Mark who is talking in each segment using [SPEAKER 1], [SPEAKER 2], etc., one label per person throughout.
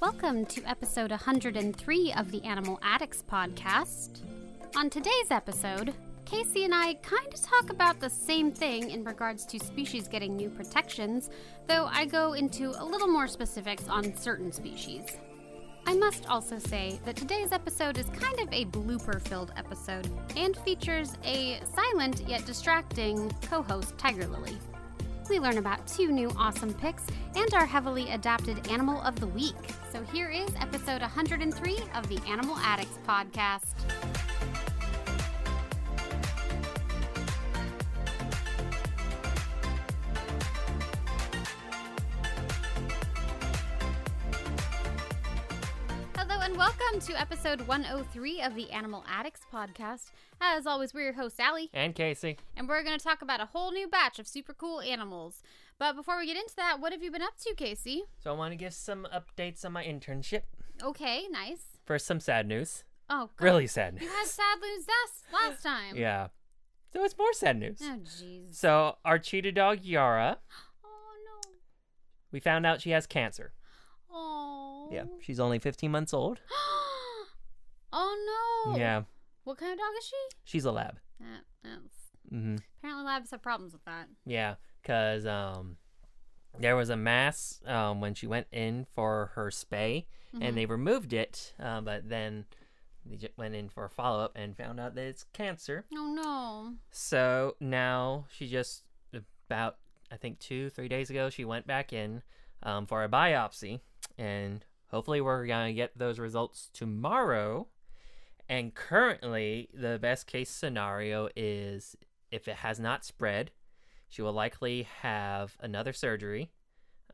[SPEAKER 1] Welcome to episode 103 of the Animal Addicts podcast. On today's episode, Casey and I kind of talk about the same thing in regards to species getting new protections, though I go into a little more specifics on certain species. I must also say that today's episode is kind of a blooper filled episode and features a silent yet distracting co host, Tiger Lily. We learn about two new awesome picks and our heavily adapted animal of the week. So here is episode 103 of the Animal Addicts Podcast. Hello and welcome to episode 103 of the Animal Addicts Podcast. As always, we're your host, Allie.
[SPEAKER 2] And Casey.
[SPEAKER 1] and we're going to talk about a whole new batch of super cool animals. But before we get into that, what have you been up to, Casey?
[SPEAKER 2] So I want to give some updates on my internship.
[SPEAKER 1] Okay, nice.
[SPEAKER 2] First, some sad news.
[SPEAKER 1] Oh, God.
[SPEAKER 2] Really sad news.
[SPEAKER 1] You had sad news last last time.
[SPEAKER 2] Yeah. So it's more sad news.
[SPEAKER 1] Oh, jeez.
[SPEAKER 2] So our cheetah dog Yara,
[SPEAKER 1] Oh no.
[SPEAKER 2] we found out she has cancer.
[SPEAKER 1] Oh.
[SPEAKER 2] Yeah, she's only 15 months old.
[SPEAKER 1] oh no.
[SPEAKER 2] Yeah,
[SPEAKER 1] What kind of dog is she?
[SPEAKER 2] she's a lab.
[SPEAKER 1] That, that's,
[SPEAKER 2] hmm
[SPEAKER 1] apparently, labs have problems with that.
[SPEAKER 2] Yeah, cause um, there was a mass um when she went in for her spay, and they removed it. Uh, but then they ju- went in for a follow up and found out that it's cancer.
[SPEAKER 1] Oh no.
[SPEAKER 2] So now she just about I think two three days ago she went back in um, for a biopsy, and hopefully we're gonna get those results tomorrow. And currently, the best case scenario is if it has not spread, she will likely have another surgery,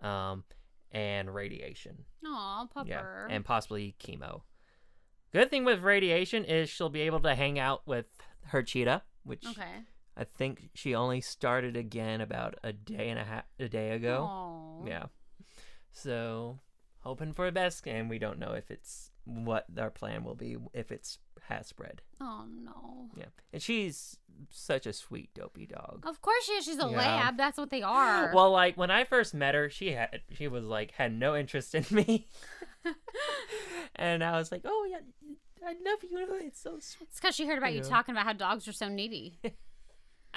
[SPEAKER 2] um, and radiation.
[SPEAKER 1] Aw, pupper.
[SPEAKER 2] Yeah, and possibly chemo. Good thing with radiation is she'll be able to hang out with her cheetah, which
[SPEAKER 1] okay.
[SPEAKER 2] I think she only started again about a day and a half a day ago.
[SPEAKER 1] Aw.
[SPEAKER 2] Yeah. So hoping for the best and we don't know if it's what our plan will be if it's has spread.
[SPEAKER 1] Oh no.
[SPEAKER 2] Yeah. And she's such a sweet dopey dog.
[SPEAKER 1] Of course she is. She's a
[SPEAKER 2] Yeah.
[SPEAKER 1] lab. That's what they are.
[SPEAKER 2] Well, like when I first met her, she had she was like had no interest in me. and I was like, "Oh yeah, I love you. It's so sweet."
[SPEAKER 1] It's because she heard about you
[SPEAKER 2] Yeah.
[SPEAKER 1] talking about how dogs are so needy.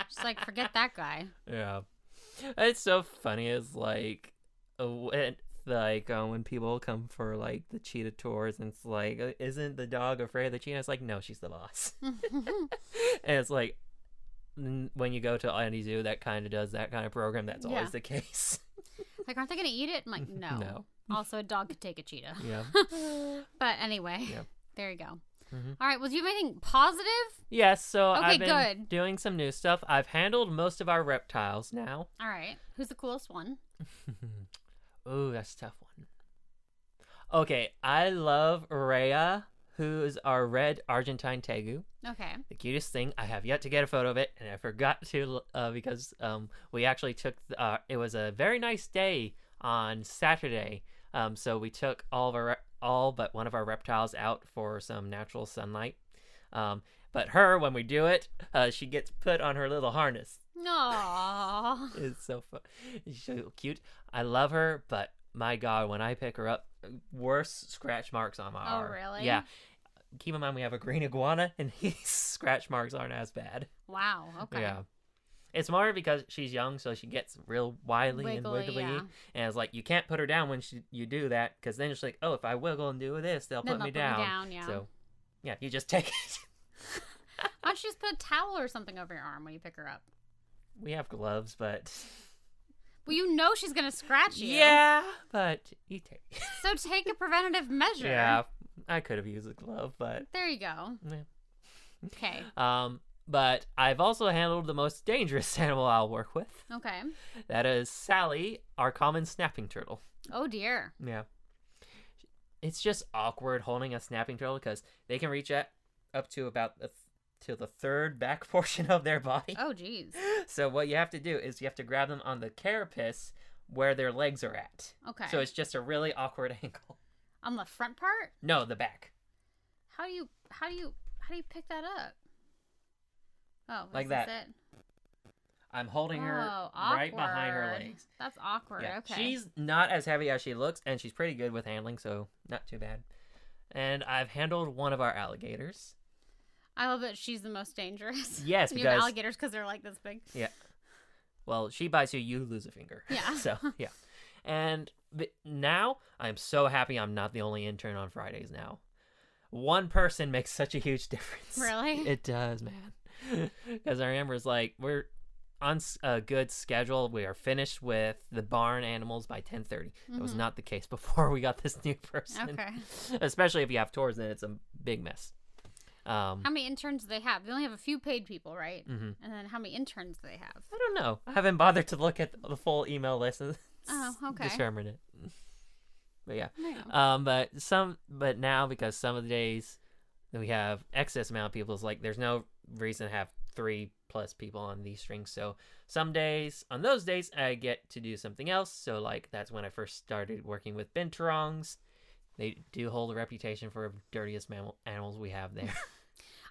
[SPEAKER 1] She's like, forget that guy.
[SPEAKER 2] Yeah. It's so funny. It's like, uh, when, like uh, when people come for like the cheetah tours, and it's like, uh, isn't the dog afraid of the cheetah? It's like, no, she's the boss. and it's like, n- when you go to any zoo that kind of does that kind of program, that's
[SPEAKER 1] Yeah.
[SPEAKER 2] always the case.
[SPEAKER 1] Like, aren't they going to eat it? I'm like, no.
[SPEAKER 2] No.
[SPEAKER 1] Also, a dog could take a cheetah.
[SPEAKER 2] Yeah.
[SPEAKER 1] But anyway,
[SPEAKER 2] Yeah.
[SPEAKER 1] there you go.
[SPEAKER 2] Mhm.
[SPEAKER 1] All right. Well, do you have anything positive?
[SPEAKER 2] yes. So
[SPEAKER 1] Okay,
[SPEAKER 2] I've been
[SPEAKER 1] good.
[SPEAKER 2] doing some new stuff. I've handled most of our reptiles now.
[SPEAKER 1] All right. Who's the coolest one?
[SPEAKER 2] Ooh, that's a tough one. Okay, I love Rhea, who is our red Argentine tegu.
[SPEAKER 1] Okay.
[SPEAKER 2] The cutest thing. I have yet to get a photo of it, and I forgot to uh, because um, we actually took. Uh, it was a very nice day on Saturday, um, so we took all of our rep- all but one of our reptiles out for some natural sunlight. Um, but her, when we do it, uh, she gets put on her little harness.
[SPEAKER 1] No.
[SPEAKER 2] It's so fun. She's so cute. I love her, but my God, when I pick her up, worse scratch marks on my
[SPEAKER 1] Oh,
[SPEAKER 2] arm.
[SPEAKER 1] really?
[SPEAKER 2] Yeah. Keep in mind we have a green iguana, and his scratch marks aren't as bad.
[SPEAKER 1] wow. Okay.
[SPEAKER 2] Yeah. It's more because she's young, so she gets real wily and
[SPEAKER 1] Wiggly,
[SPEAKER 2] wiggly,
[SPEAKER 1] yeah.
[SPEAKER 2] and it's like you can't put her down when she, you do that, because then she's like, "Oh, if I wiggle and do this, they'll
[SPEAKER 1] Then
[SPEAKER 2] put me
[SPEAKER 1] they'll put
[SPEAKER 2] down."
[SPEAKER 1] me down, yeah.
[SPEAKER 2] So, yeah, you just take it.
[SPEAKER 1] Why don't you just put a towel or something over your arm when you pick her up?
[SPEAKER 2] we have gloves, but
[SPEAKER 1] Well, you know she's going to scratch you.
[SPEAKER 2] yeah, but you take. it.
[SPEAKER 1] So take a preventative measure.
[SPEAKER 2] Yeah, I could have used a glove, but
[SPEAKER 1] There you go.
[SPEAKER 2] Yeah.
[SPEAKER 1] Okay.
[SPEAKER 2] um, but I've also handled the most dangerous animal I'll work with.
[SPEAKER 1] Okay.
[SPEAKER 2] That is Sally, our common snapping turtle.
[SPEAKER 1] Oh, dear.
[SPEAKER 2] Yeah, it's just awkward holding a snapping turtle because they can reach at, up to about the, to the third back portion of their body.
[SPEAKER 1] Oh, jeez.
[SPEAKER 2] So what you have to do is you have to grab them on the carapace where their legs are at.
[SPEAKER 1] Okay.
[SPEAKER 2] So it's just a really awkward angle.
[SPEAKER 1] on the front part
[SPEAKER 2] No, the back,
[SPEAKER 1] how do you how do you how do you pick that up oh
[SPEAKER 2] Like
[SPEAKER 1] is
[SPEAKER 2] that.
[SPEAKER 1] this it?
[SPEAKER 2] I'm holding her
[SPEAKER 1] Oh,
[SPEAKER 2] right behind her
[SPEAKER 1] awkward.
[SPEAKER 2] legs.
[SPEAKER 1] That's awkward.
[SPEAKER 2] Yeah.
[SPEAKER 1] Okay.
[SPEAKER 2] She's not as heavy as she looks, and she's pretty good with handling, so not too bad. And I've handled one of our alligators.
[SPEAKER 1] I love that she's the most dangerous.
[SPEAKER 2] Yes,
[SPEAKER 1] you have
[SPEAKER 2] because-
[SPEAKER 1] alligators because they're like this big.
[SPEAKER 2] Yeah. Well, she bites you, you lose a finger.
[SPEAKER 1] Yeah.
[SPEAKER 2] so, yeah. And th- now I'm so happy I'm not the only intern on Fridays now. One person makes such a huge difference.
[SPEAKER 1] Really?
[SPEAKER 2] It does, man. Because I remember it's like we're on s- a good schedule. We are finished with the barn animals by 10:30. That was not the case before we got this new person.
[SPEAKER 1] Mm-hmm. Okay.
[SPEAKER 2] Especially if you have tours, then it's a big mess. Um,
[SPEAKER 1] How many interns do they have? They only have a few paid people, right?
[SPEAKER 2] mhm.
[SPEAKER 1] And then how many interns do they have?
[SPEAKER 2] I don't know. I haven't bothered to look at the full email list and
[SPEAKER 1] Oh, okay.
[SPEAKER 2] determine it. But yeah.
[SPEAKER 1] No.
[SPEAKER 2] Um, but some, but now because some of the days that we have excess amount of people, it's like there's no reason to have three plus people on these strings. So some days, on those days, I get to do something else. So like that's when I first started working with binturongs. They do hold a reputation for dirtiest mammal animals we have there.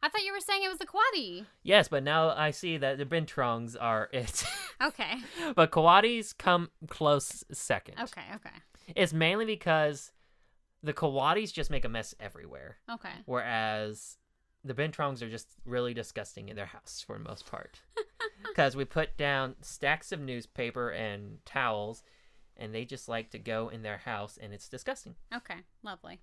[SPEAKER 1] I thought you were saying it was the quaddy.
[SPEAKER 2] yes, but now I see that the binturongs are it.
[SPEAKER 1] Okay.
[SPEAKER 2] but kawatis come close second.
[SPEAKER 1] Okay. Okay.
[SPEAKER 2] It's mainly because the kawatis just make a mess everywhere,
[SPEAKER 1] Okay.
[SPEAKER 2] whereas the bentrongs are just really disgusting in their house for the most part. Because we put down stacks of newspaper and towels, and they just like to go in their house, and it's disgusting.
[SPEAKER 1] Okay. Lovely.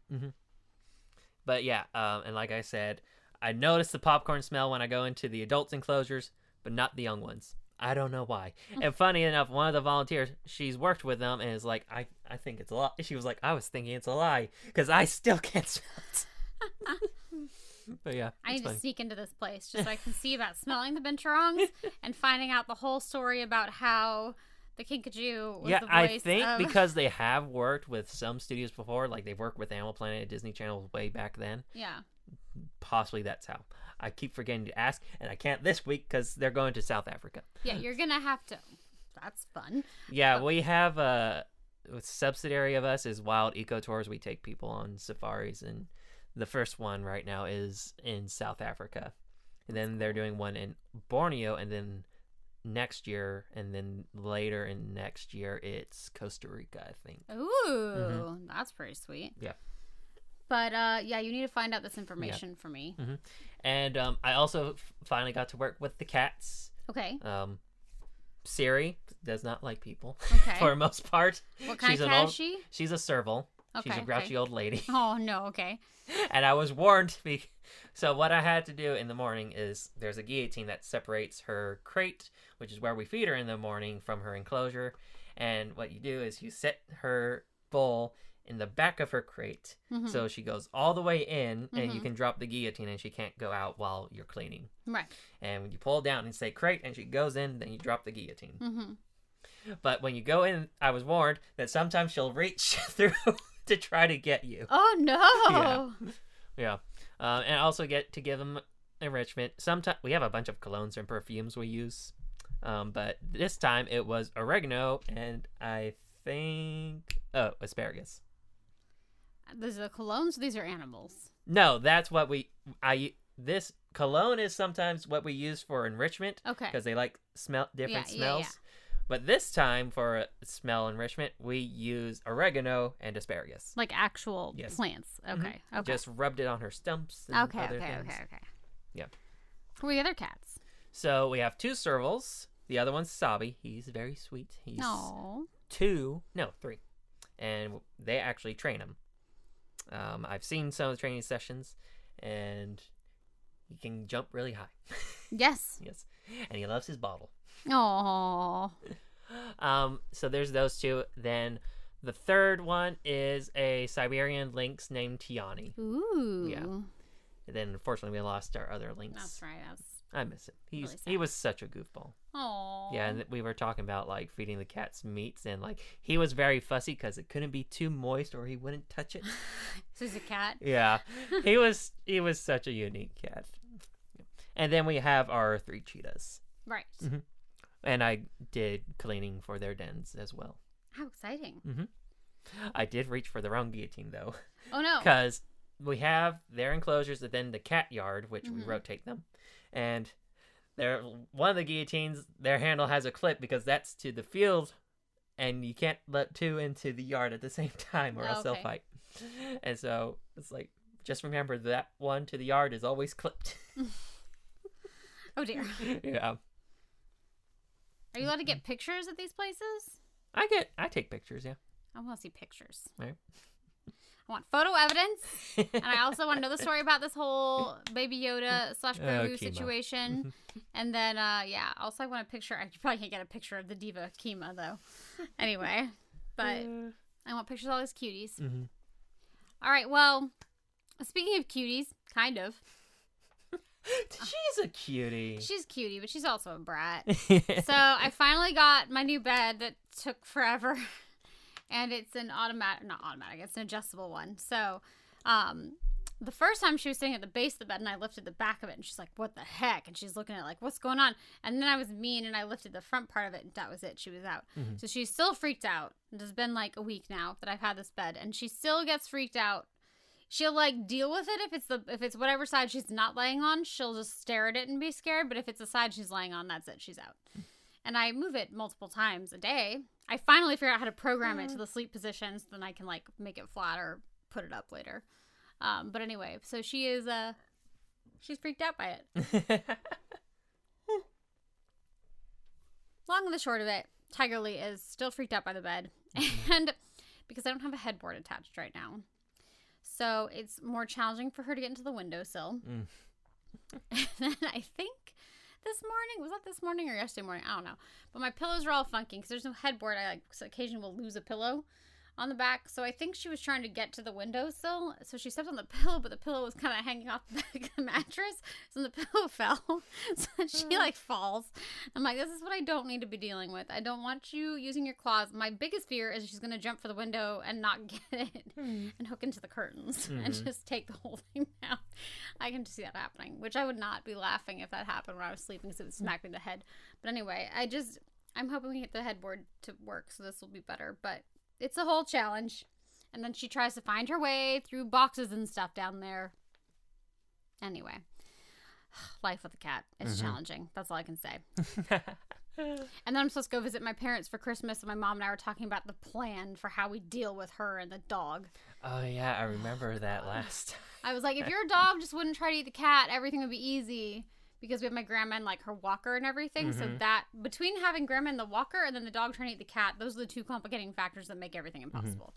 [SPEAKER 2] But yeah, um, and like I said, I notice the popcorn smell when I go into the adults enclosures, but not the young ones. I don't know why.
[SPEAKER 1] Mm.
[SPEAKER 2] And funny enough, one of the volunteers, she's worked with them and is like, I, I think it's a lie. She was like, I was thinking it's a lie because I still can't smell it. but yeah,
[SPEAKER 1] I
[SPEAKER 2] it's
[SPEAKER 1] need
[SPEAKER 2] funny.
[SPEAKER 1] to sneak into this place just so I can see about smelling the binturongs and finding out the whole story about how the kinkajou was
[SPEAKER 2] yeah,
[SPEAKER 1] the voice
[SPEAKER 2] I think
[SPEAKER 1] of...
[SPEAKER 2] because they have worked with some studios before, like they've worked with Animal Planet, Disney Channel way back then.
[SPEAKER 1] yeah.
[SPEAKER 2] Possibly that's how. I keep forgetting to ask, and I can't this week because they're going to South Africa.
[SPEAKER 1] Yeah, you're gonna have to. That's fun.
[SPEAKER 2] Yeah, we have a, a subsidiary of us is Wild Eco Tours. We take people on safaris, and the first one right now is in South Africa, and then they're doing one in Borneo, and then next year, and then later in next year, it's Costa Rica, I think.
[SPEAKER 1] Ooh, that's pretty sweet.
[SPEAKER 2] Mm-hmm. Yeah.
[SPEAKER 1] But uh, yeah, you need to find out this information for me.
[SPEAKER 2] And um, I also f- finally got to work with the cats.
[SPEAKER 1] Okay.
[SPEAKER 2] Um, Siri does not like people
[SPEAKER 1] Okay.
[SPEAKER 2] for the most part.
[SPEAKER 1] What kind
[SPEAKER 2] she's
[SPEAKER 1] of
[SPEAKER 2] an
[SPEAKER 1] cat
[SPEAKER 2] old,
[SPEAKER 1] is she?
[SPEAKER 2] She's a serval. She's
[SPEAKER 1] Okay,
[SPEAKER 2] a
[SPEAKER 1] okay.
[SPEAKER 2] grouchy old lady.
[SPEAKER 1] Oh no. Okay.
[SPEAKER 2] and I was warned. Be- so what I had to do in the morning is there's a guillotine that separates her crate, which is where we feed her in the morning, from her enclosure. And what you do is you set her bowl in the back of her crate,
[SPEAKER 1] Mhm.
[SPEAKER 2] so she goes all the way in, and you
[SPEAKER 1] Mhm.
[SPEAKER 2] can drop the guillotine, and she can't go out while you're cleaning.
[SPEAKER 1] Right.
[SPEAKER 2] And when you pull down and say crate, and she goes in, then you drop the guillotine.
[SPEAKER 1] Mm-hmm.
[SPEAKER 2] But when you go in, I was warned that sometimes she'll reach through to try to get you.
[SPEAKER 1] Oh no.
[SPEAKER 2] Yeah, um, and I also get to give them enrichment. Sometimes we have a bunch of colognes and perfumes we use, um, but this time it was oregano and I think oh asparagus.
[SPEAKER 1] These are colognes. These are animals.
[SPEAKER 2] No, that's what we I this cologne is sometimes what we use for enrichment
[SPEAKER 1] Okay.
[SPEAKER 2] because they like smell different
[SPEAKER 1] Yeah, yeah,
[SPEAKER 2] smells.
[SPEAKER 1] yeah.
[SPEAKER 2] But this time for uh, smell enrichment, we use oregano and asparagus.
[SPEAKER 1] Like actual
[SPEAKER 2] Yes. Mm-hmm.
[SPEAKER 1] plants. Okay. Okay.
[SPEAKER 2] Just rubbed it on her stumps. And
[SPEAKER 1] okay.
[SPEAKER 2] other
[SPEAKER 1] Okay.
[SPEAKER 2] things.
[SPEAKER 1] Okay. Okay.
[SPEAKER 2] Yeah.
[SPEAKER 1] Who are the other cats?
[SPEAKER 2] So we have two servals. The other one's Sabi. He's very sweet. He's
[SPEAKER 1] No.
[SPEAKER 2] two, no, three. And they actually train him. Um, I've seen some of the training sessions, and he can jump really high.
[SPEAKER 1] Yes.
[SPEAKER 2] yes. And he loves his bottle.
[SPEAKER 1] Oh.
[SPEAKER 2] Um, so there's those two. Then the third one is a Siberian lynx named Tiani.
[SPEAKER 1] Ooh.
[SPEAKER 2] And then unfortunately, we lost our other lynx.
[SPEAKER 1] That's right. That's.
[SPEAKER 2] I miss him. He's,
[SPEAKER 1] Really
[SPEAKER 2] he was such a goofball.
[SPEAKER 1] Oh.
[SPEAKER 2] Yeah, and th- we were talking about like feeding the cats meats, and like he was very fussy because it couldn't be too moist or he wouldn't touch it.
[SPEAKER 1] So he's a cat.
[SPEAKER 2] yeah, he was he was such a unique cat. And then we have our three cheetahs,
[SPEAKER 1] Right.
[SPEAKER 2] and I did cleaning for their dens as well.
[SPEAKER 1] How exciting.
[SPEAKER 2] I did reach for the wrong guillotine though,
[SPEAKER 1] Oh no.
[SPEAKER 2] because
[SPEAKER 1] Mm-hmm.
[SPEAKER 2] we have their enclosures and then the cat yard, which we rotate them, and There, one of the guillotines, their handle has a clip because that's to the field, and you can't let two into the yard at the same time, or
[SPEAKER 1] Oh,
[SPEAKER 2] else
[SPEAKER 1] okay.
[SPEAKER 2] they'll fight. And so it's like, just remember that one to the yard is always clipped.
[SPEAKER 1] Oh dear.
[SPEAKER 2] yeah,
[SPEAKER 1] Are you allowed to get pictures at these places?
[SPEAKER 2] I get, I take pictures. Yeah,
[SPEAKER 1] I want to see pictures.
[SPEAKER 2] Right.
[SPEAKER 1] I want photo evidence, and I also want to know the story about this whole Baby Yoda slash
[SPEAKER 2] Oh,
[SPEAKER 1] Grogu
[SPEAKER 2] Kima.
[SPEAKER 1] situation. and then, uh, yeah, also I want a picture. I probably can't get a picture of the diva Kima though. Anyway, but I want pictures of all these cuties.
[SPEAKER 2] Mhm.
[SPEAKER 1] All right. Well, speaking of cuties, kind of.
[SPEAKER 2] she's a cutie.
[SPEAKER 1] She's cutie, but she's also a brat. so I finally got my new bed that took forever, and it's an automatic, not automatic, it's an adjustable one. So, um, the first time she was sitting at the base of the bed, and I lifted the back of it, and she's like, "What the heck?" And she's looking at it like, "What's going on?" And then I was mean, and I lifted the front part of it, and that was it. She was out.
[SPEAKER 2] Mhm.
[SPEAKER 1] So she's still freaked out. It has been like a week now that I've had this bed, and she still gets freaked out. She'll like deal with it if it's the if it's whatever side she's not laying on, she'll just stare at it and be scared. But if it's the side she's laying on, that's it. She's out and I move it multiple times a day. I finally figure out how to program it to the sleep position, so then I can like make it flat or put it up later. Um, but anyway, so she is uh she's freaked out by it. Long and the short of it, Tiger Lee is still freaked out by the bed, and because I don't have a headboard attached right now, so it's more challenging for her to get into the windowsill.
[SPEAKER 2] Mm.
[SPEAKER 1] and then I think this morning was that this morning or yesterday morning? I don't know. But my pillows are all funky because there's no headboard. I like so occasionally will lose a pillow on the back. So I think she was trying to get to the windowsill. So she stepped on the pillow, but the pillow was kind of hanging off the back of the mattress. So the pillow fell. so she like falls. I'm like, this is what I don't need to be dealing with. I don't want you using your claws. My biggest fear is she's going to jump for the window and not get it and hook into the curtains and
[SPEAKER 2] Mhm.
[SPEAKER 1] just take the whole thing down. I can just see that happening, which I would not be laughing if that happened when I was sleeping because it would smack me in the head. But anyway, I just, I'm hoping we get the headboard to work so this will be better. But it's a whole challenge. And then she tries to find her way through boxes and stuff down there. Anyway, life with a cat is
[SPEAKER 2] Mhm.
[SPEAKER 1] challenging. That's all I can say. And then I'm supposed to go visit my parents for Christmas, and my mom and I were talking about the plan for how we deal with her and the dog.
[SPEAKER 2] oh yeah, I remember that last.
[SPEAKER 1] I was like, if your dog just wouldn't try to eat the cat, everything would be easy because we have my grandma and like her walker and everything. So
[SPEAKER 2] Mhm.
[SPEAKER 1] that between having grandma and the walker and then the dog trying to eat the cat, those are the two complicating factors that make everything impossible.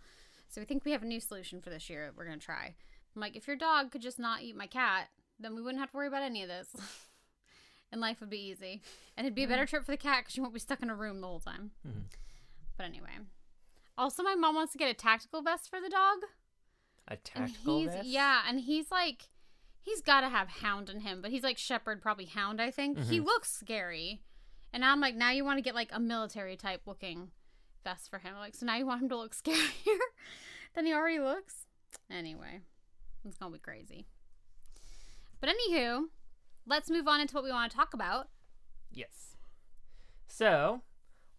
[SPEAKER 1] So we think we have a new solution for this year that we're gonna try. I'm like, if your dog could just not eat my cat, then we wouldn't have to worry about any of this. and life would be easy. And it'd be a better trip for the cat because she won't be stuck in a room the whole time.
[SPEAKER 2] Mhm.
[SPEAKER 1] But anyway. Also, my mom wants to get a tactical vest for the dog
[SPEAKER 2] A tactical
[SPEAKER 1] he's
[SPEAKER 2] vest?
[SPEAKER 1] yeah and he's like he's got to have hound in him but he's like shepherd probably hound i think
[SPEAKER 2] Mm-hmm.
[SPEAKER 1] he looks scary and i'm like now you want to get like a military type looking vest for him like so now you want him to look scarier than he already looks anyway it's gonna be crazy but anywho let's move on into what we want to talk about
[SPEAKER 2] Yes. So,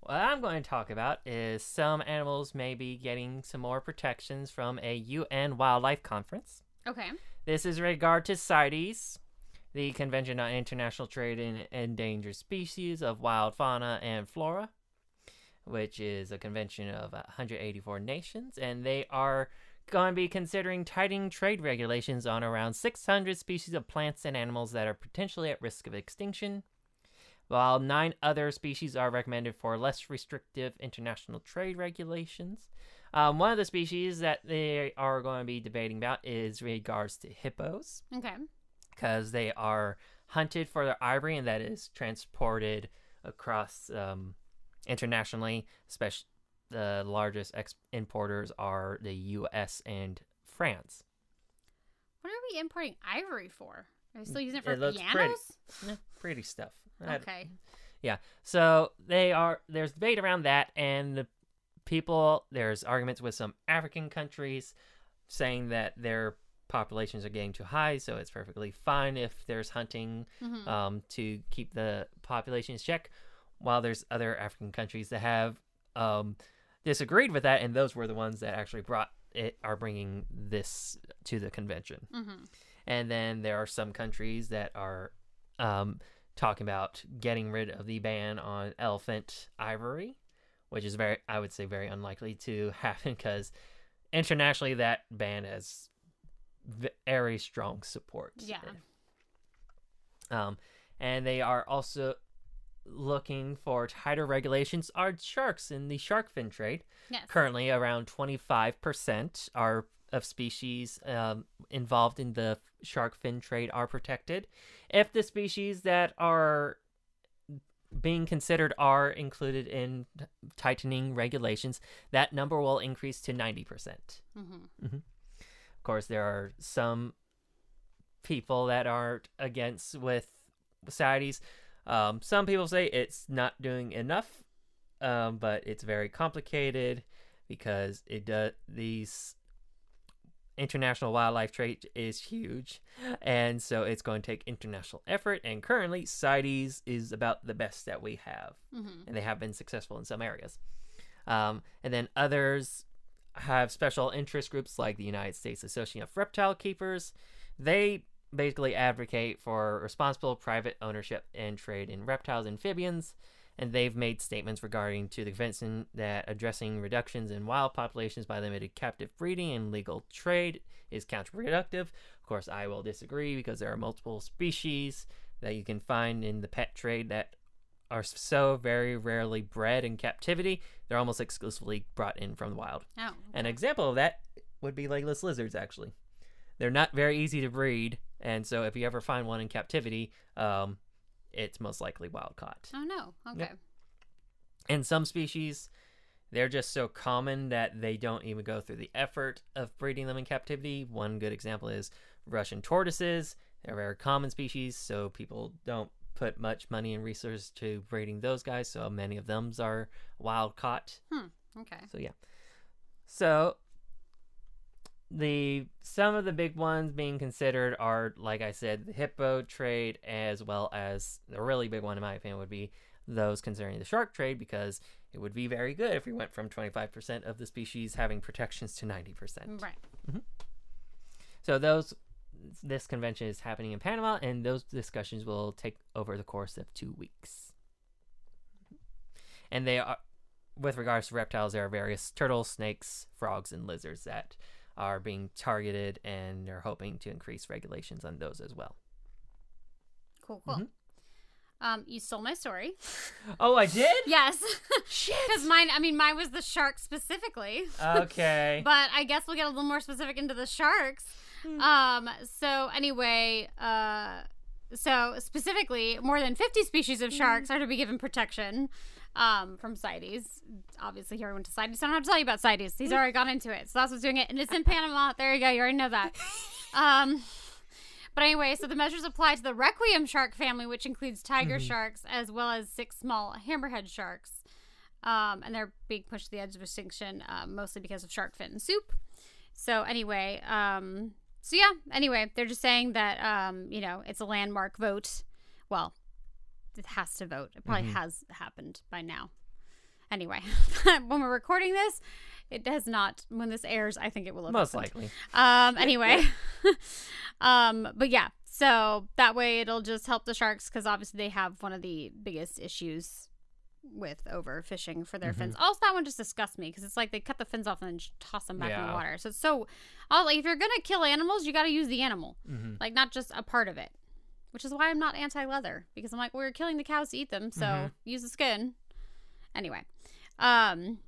[SPEAKER 2] what I'm going to talk about is some animals may be getting some more protections from a UN wildlife conference.
[SPEAKER 1] okay
[SPEAKER 2] This is regard to CITES, the Convention on International Trade in Endangered Species of Wild Fauna and Flora, which is a convention of 184 nations, and they are going to be considering tightening trade regulations on around 600 species of plants and animals that are potentially at risk of extinction, while nine other species are recommended for less restrictive international trade regulations. Um, one of the species that they are going to be debating about is regards to hippos,
[SPEAKER 1] okay
[SPEAKER 2] because they are hunted for their ivory and that is transported across um, internationally. Especially the largest ex- importers are the U.S. and France.
[SPEAKER 1] what are we importing ivory for are we still using it for
[SPEAKER 2] It looks pretty.
[SPEAKER 1] pianos
[SPEAKER 2] Eh, Pretty stuff. I-
[SPEAKER 1] okay
[SPEAKER 2] So they are there's debate around that and the people there's arguments with some African countries saying that their populations are getting too high, so it's perfectly fine if there's hunting
[SPEAKER 1] Mhm.
[SPEAKER 2] um, to keep the populations check, while there's other African countries that have um, disagreed with that, and those were the ones that actually brought it are bringing this to the convention.
[SPEAKER 1] mm-hmm.
[SPEAKER 2] And then there are some countries that are um, talking about getting rid of the ban on elephant ivory, which is very, I would say, very unlikely to happen because internationally that ban has very strong support.
[SPEAKER 1] Yeah.
[SPEAKER 2] Um, and they are also looking for tighter regulations on sharks in the shark fin trade.
[SPEAKER 1] Yes.
[SPEAKER 2] Currently, around 25% are of species um, involved in the shark fin trade are protected. If the species that are being considered are included in tightening regulations, that number will increase to 90%
[SPEAKER 1] Mm-hmm.
[SPEAKER 2] of course there are some people that aren't against with societies um, some people say it's not doing enough um, but it's very complicated because it does these international wildlife trade is huge and so it's going to take international effort and currently CITES is about the best that we have
[SPEAKER 1] Mm-hmm.
[SPEAKER 2] and they have been successful in some areas. Um, and then others have special interest groups like the United States Association of Reptile Keepers. They basically advocate for responsible private ownership and trade in reptiles and amphibians. And they've made statements regarding to the convention that addressing reductions in wild populations by limited captive breeding and legal trade is counterproductive. Of course, I will disagree because there are multiple species that you can find in the pet trade that are so very rarely bred in captivity, they're almost exclusively brought in from the wild.
[SPEAKER 1] Oh.
[SPEAKER 2] An example of that would be legless lizards, actually. They're not very easy to breed, and so if you ever find one in captivity, um, it's most likely wild caught.
[SPEAKER 1] Oh no. Okay.
[SPEAKER 2] Yep. And some species, they're just so common that they don't even go through the effort of breeding them in captivity. One good example is Russian tortoises. They're a very common species, so people don't put much money and resources to breeding those guys, so many of them are wild caught.
[SPEAKER 1] Okay.
[SPEAKER 2] So yeah. So the some of the big ones being considered are, like I said, the hippo trade, as well as the really big one in my opinion would be those concerning the shark trade, because it would be very good if we went from 25% of the species having protections to 90%.
[SPEAKER 1] Right.
[SPEAKER 2] So those this convention is happening in Panama, and those discussions will take over the course of two weeks. And they are, with regards to reptiles, there are various turtles, snakes, frogs, and lizards that are being targeted, and they're hoping to increase regulations on those as well.
[SPEAKER 1] Cool. Cool. Um, you stole my story.
[SPEAKER 2] Oh, I did.
[SPEAKER 1] Yes. Because mine, I mean, mine was the shark specifically.
[SPEAKER 2] okay.
[SPEAKER 1] But I guess we'll get a little more specific into the sharks. Um, so anyway, uh, so specifically, more than 50 species of sharks are to be given protection um, from CITES. Obviously, here we went to CITES. so I don't have to tell you about CITES. He's already gone into it. So that's what's doing it. And it's in Panama. There you go. You already know that. Um, but anyway, so the measures apply to the requiem shark family, which includes tiger sharks as well as six small hammerhead sharks. Um, and they're being pushed to the edge of extinction, uh, mostly because of shark fin soup. So anyway, um, so yeah, anyway, they're just saying that um, you know it's a landmark vote. Well, it has to vote. It
[SPEAKER 2] Mm-hmm.
[SPEAKER 1] probably has happened by now. Anyway, when we're recording this, it has not. When this airs, I think it will have
[SPEAKER 2] Most
[SPEAKER 1] happened.
[SPEAKER 2] likely.
[SPEAKER 1] Um, anyway, um, but yeah, so that way it'll just help the sharks because obviously they have one of the biggest issues with overfishing for their
[SPEAKER 2] Mm-hmm.
[SPEAKER 1] fins. Also, that one just disgusts me because it's like they cut the fins off and then just toss them back in the
[SPEAKER 2] Yeah.
[SPEAKER 1] water. So it's so, oh, like if you're gonna kill animals, you got to use the animal,
[SPEAKER 2] Mhm.
[SPEAKER 1] like not just a part of it. Which is why I'm not anti leather because I'm like well, we're killing the cows to eat them, so
[SPEAKER 2] Mhm.
[SPEAKER 1] use the skin. Anyway, um,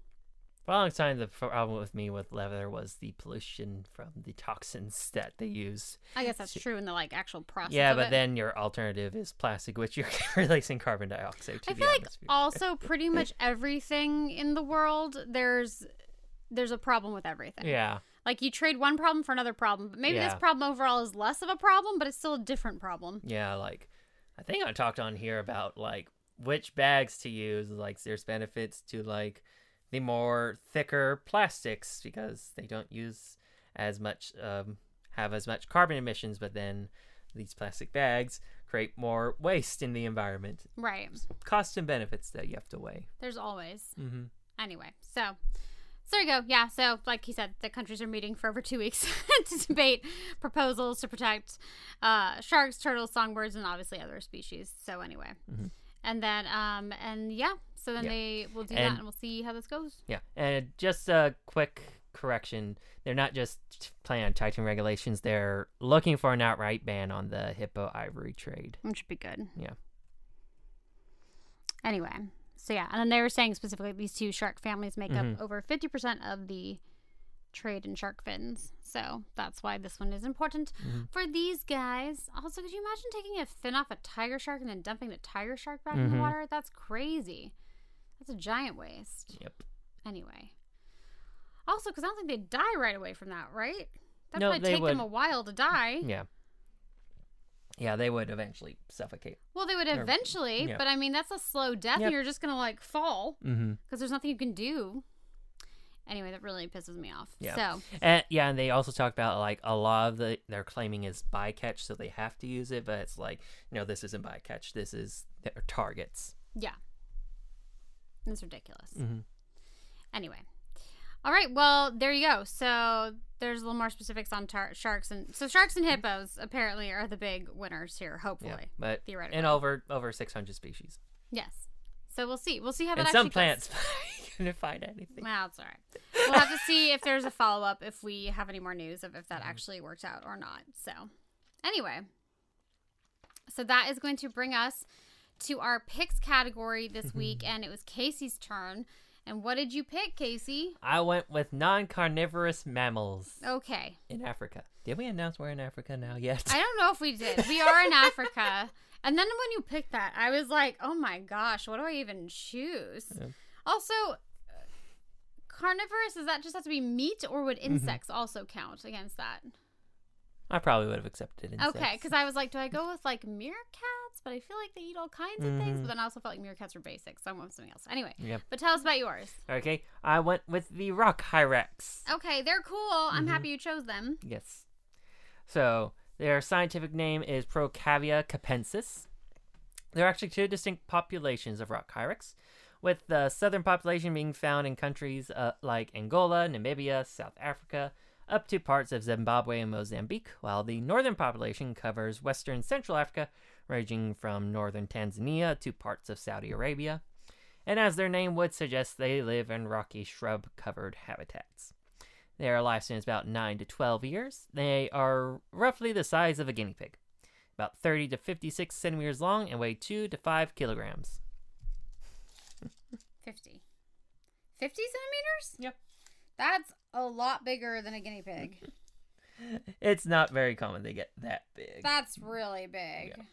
[SPEAKER 2] For a long time, the problem with me with leather was the pollution from the toxins that they use.
[SPEAKER 1] I guess that's true in the like actual process.
[SPEAKER 2] Yeah,
[SPEAKER 1] of
[SPEAKER 2] but
[SPEAKER 1] it.
[SPEAKER 2] then your alternative is plastic, which you're releasing carbon dioxide to
[SPEAKER 1] I
[SPEAKER 2] the
[SPEAKER 1] feel like
[SPEAKER 2] atmosphere.
[SPEAKER 1] also pretty much everything in the world there's there's a problem with everything.
[SPEAKER 2] yeah,
[SPEAKER 1] Like you trade one problem for another problem, but maybe this
[SPEAKER 2] Yeah.
[SPEAKER 1] problem overall is less of a problem, but it's still a different problem.
[SPEAKER 2] yeah. Like, I think I talked on here about like which bags to use. Like, there's benefits to like the more thicker plastics because they don't use as much, um, have as much carbon emissions, but then these plastic bags create more waste in the environment.
[SPEAKER 1] Right.
[SPEAKER 2] Costs and benefits that you have to weigh.
[SPEAKER 1] There's always.
[SPEAKER 2] Mm-hmm.
[SPEAKER 1] Anyway, so so So there you go. Yeah. So, like he said, the countries are meeting for over two weeks to debate proposals to protect uh, sharks, turtles, songbirds, and obviously other species. So anyway,
[SPEAKER 2] Mhm.
[SPEAKER 1] and then um and yeah. So then
[SPEAKER 2] Yeah.
[SPEAKER 1] they will do that,
[SPEAKER 2] And-
[SPEAKER 1] and we'll see how this goes.
[SPEAKER 2] Yeah, and just a quick correction: they're not just t- planning on tightening regulations; they're looking for an outright ban on the hippo ivory trade.
[SPEAKER 1] Which should be good.
[SPEAKER 2] Yeah.
[SPEAKER 1] Anyway, so yeah, and then they were saying specifically these two shark families make
[SPEAKER 2] Mhm.
[SPEAKER 1] up over fifty percent of the trade in shark fins, so that's why this one is important
[SPEAKER 2] Mhm.
[SPEAKER 1] for these guys. Also, could you imagine taking a fin off a tiger shark and then dumping the tiger shark back in
[SPEAKER 2] Mhm.
[SPEAKER 1] the water? That's crazy. That's a giant waste.
[SPEAKER 2] Yep.
[SPEAKER 1] Anyway, also because I don't think they die right away from that, right? That
[SPEAKER 2] No,
[SPEAKER 1] probably
[SPEAKER 2] they
[SPEAKER 1] take them
[SPEAKER 2] would.
[SPEAKER 1] a while to die.
[SPEAKER 2] Yeah. Yeah, they would eventually suffocate.
[SPEAKER 1] Well, they would
[SPEAKER 2] Or-
[SPEAKER 1] eventually,
[SPEAKER 2] yeah.
[SPEAKER 1] but I mean that's a slow death.
[SPEAKER 2] Yep.
[SPEAKER 1] and You're just gonna like fall
[SPEAKER 2] Mm-hmm.
[SPEAKER 1] because there's nothing you can do. Anyway, that really pisses me off.
[SPEAKER 2] Yeah.
[SPEAKER 1] So
[SPEAKER 2] And, yeah, and they also talk about like a lot of the they're claiming is bycatch, so they have to use it, but it's like no, this isn't bycatch. This is their targets.
[SPEAKER 1] yeah, it's ridiculous.
[SPEAKER 2] Mhm.
[SPEAKER 1] Anyway, all right. Well, there you go. So there's a little more specifics on tar- sharks and so sharks and
[SPEAKER 2] Mm-hmm.
[SPEAKER 1] hippos apparently are the big winners here. Hopefully,
[SPEAKER 2] Yeah, but
[SPEAKER 1] theoretically,
[SPEAKER 2] and over over six hundred species,
[SPEAKER 1] yes. So we'll see. We'll see how that
[SPEAKER 2] and
[SPEAKER 1] actually
[SPEAKER 2] some
[SPEAKER 1] goes.
[SPEAKER 2] plants. Couldn't find anything.
[SPEAKER 1] Well, it's all right. We'll have to see if there's a follow up, if we have any more news of if that actually worked out or not. So, anyway, so that is going to bring us to our picks category this week, and it was Casey's turn. And what did you pick, Casey?
[SPEAKER 2] I went with non-carnivorous mammals.
[SPEAKER 1] Okay,
[SPEAKER 2] in Africa. Did we announce we're in Africa now yet?
[SPEAKER 1] I don't know if we did. We are in Africa. And then when you picked that, I was like, oh my gosh, what do I even choose?
[SPEAKER 2] Yeah.
[SPEAKER 1] Also, uh, carnivorous, does that just have to be meat or would insects also count against that?
[SPEAKER 2] I probably would have accepted insects.
[SPEAKER 1] Okay, because I was like, do I go with like meerkats? But I feel like they eat all kinds of things. But then I also felt like meerkats were basic, so I want something else. Anyway,
[SPEAKER 2] Mm-hmm. Yep.
[SPEAKER 1] but tell us about yours.
[SPEAKER 2] Okay, I went with the rock hyrax.
[SPEAKER 1] Okay, they're cool. I'm
[SPEAKER 2] Mm-hmm.
[SPEAKER 1] happy you chose them.
[SPEAKER 2] Yes. So their scientific name is Procavia capensis. There are actually two distinct populations of rock hyrax, with the southern population being found in countries uh, like Angola, Namibia, South Africa, up to parts of Zimbabwe and Mozambique, while the northern population covers western Central Africa, ranging from northern Tanzania to parts of Saudi Arabia. And as their name would suggest, they live in rocky shrub covered habitats. Their lifespan is about 9 to 12 years. They are roughly the size of a guinea pig, about 30 to 56 centimeters long and weigh 2 to 5 kilograms.
[SPEAKER 1] 50. 50 centimeters?
[SPEAKER 2] Yep.
[SPEAKER 1] That's a lot bigger than a guinea pig.
[SPEAKER 2] It's not very common they get that big.
[SPEAKER 1] That's really big.
[SPEAKER 2] Yeah.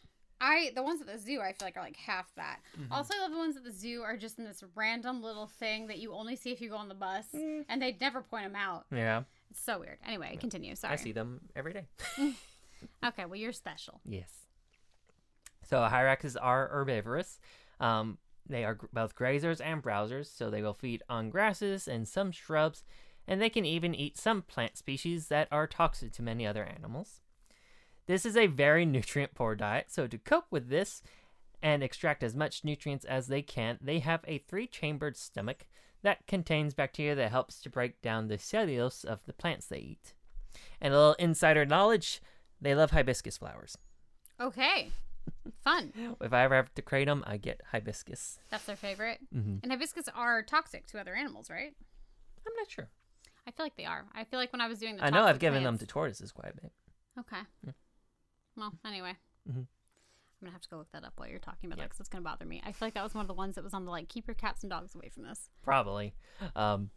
[SPEAKER 1] I the ones at the zoo I feel like are like half that.
[SPEAKER 2] Mm-hmm.
[SPEAKER 1] Also, I love the ones at the zoo are just in this random little thing that you only see if you go on the bus, and they never point them out.
[SPEAKER 2] Yeah,
[SPEAKER 1] It's so weird. Anyway, continue. Sorry.
[SPEAKER 2] I see them every day.
[SPEAKER 1] Okay, well you're special.
[SPEAKER 2] Yes. So hyraxes are herbivorous. Um, they are gr- both grazers and browsers, so they will feed on grasses and some shrubs, and they can even eat some plant species that are toxic to many other animals. This is a very nutrient poor diet, so to cope with this and extract as much nutrients as they can, they have a three chambered stomach that contains bacteria that helps to break down the cellulose of the plants they eat. And a little insider knowledge they love hibiscus flowers.
[SPEAKER 1] Okay. Fun.
[SPEAKER 2] If I ever have to crate 'em, I get hibiscus.
[SPEAKER 1] That's their favorite.
[SPEAKER 2] Mhm.
[SPEAKER 1] And hibiscus are toxic to other animals, right?
[SPEAKER 2] I'm not sure.
[SPEAKER 1] I feel like they are. I feel like when I was doing the
[SPEAKER 2] I know I've
[SPEAKER 1] toxic
[SPEAKER 2] given them
[SPEAKER 1] plants-
[SPEAKER 2] to tortoises quite a bit.
[SPEAKER 1] Okay. Well, anyway.
[SPEAKER 2] Mhm.
[SPEAKER 1] I'm gonna have to go look that up while you're talking about that
[SPEAKER 2] Yeah.
[SPEAKER 1] 'cause it's gonna bother me. I feel like that was one of the ones that was on the like keep your cats and dogs away from this.
[SPEAKER 2] Probably. Um,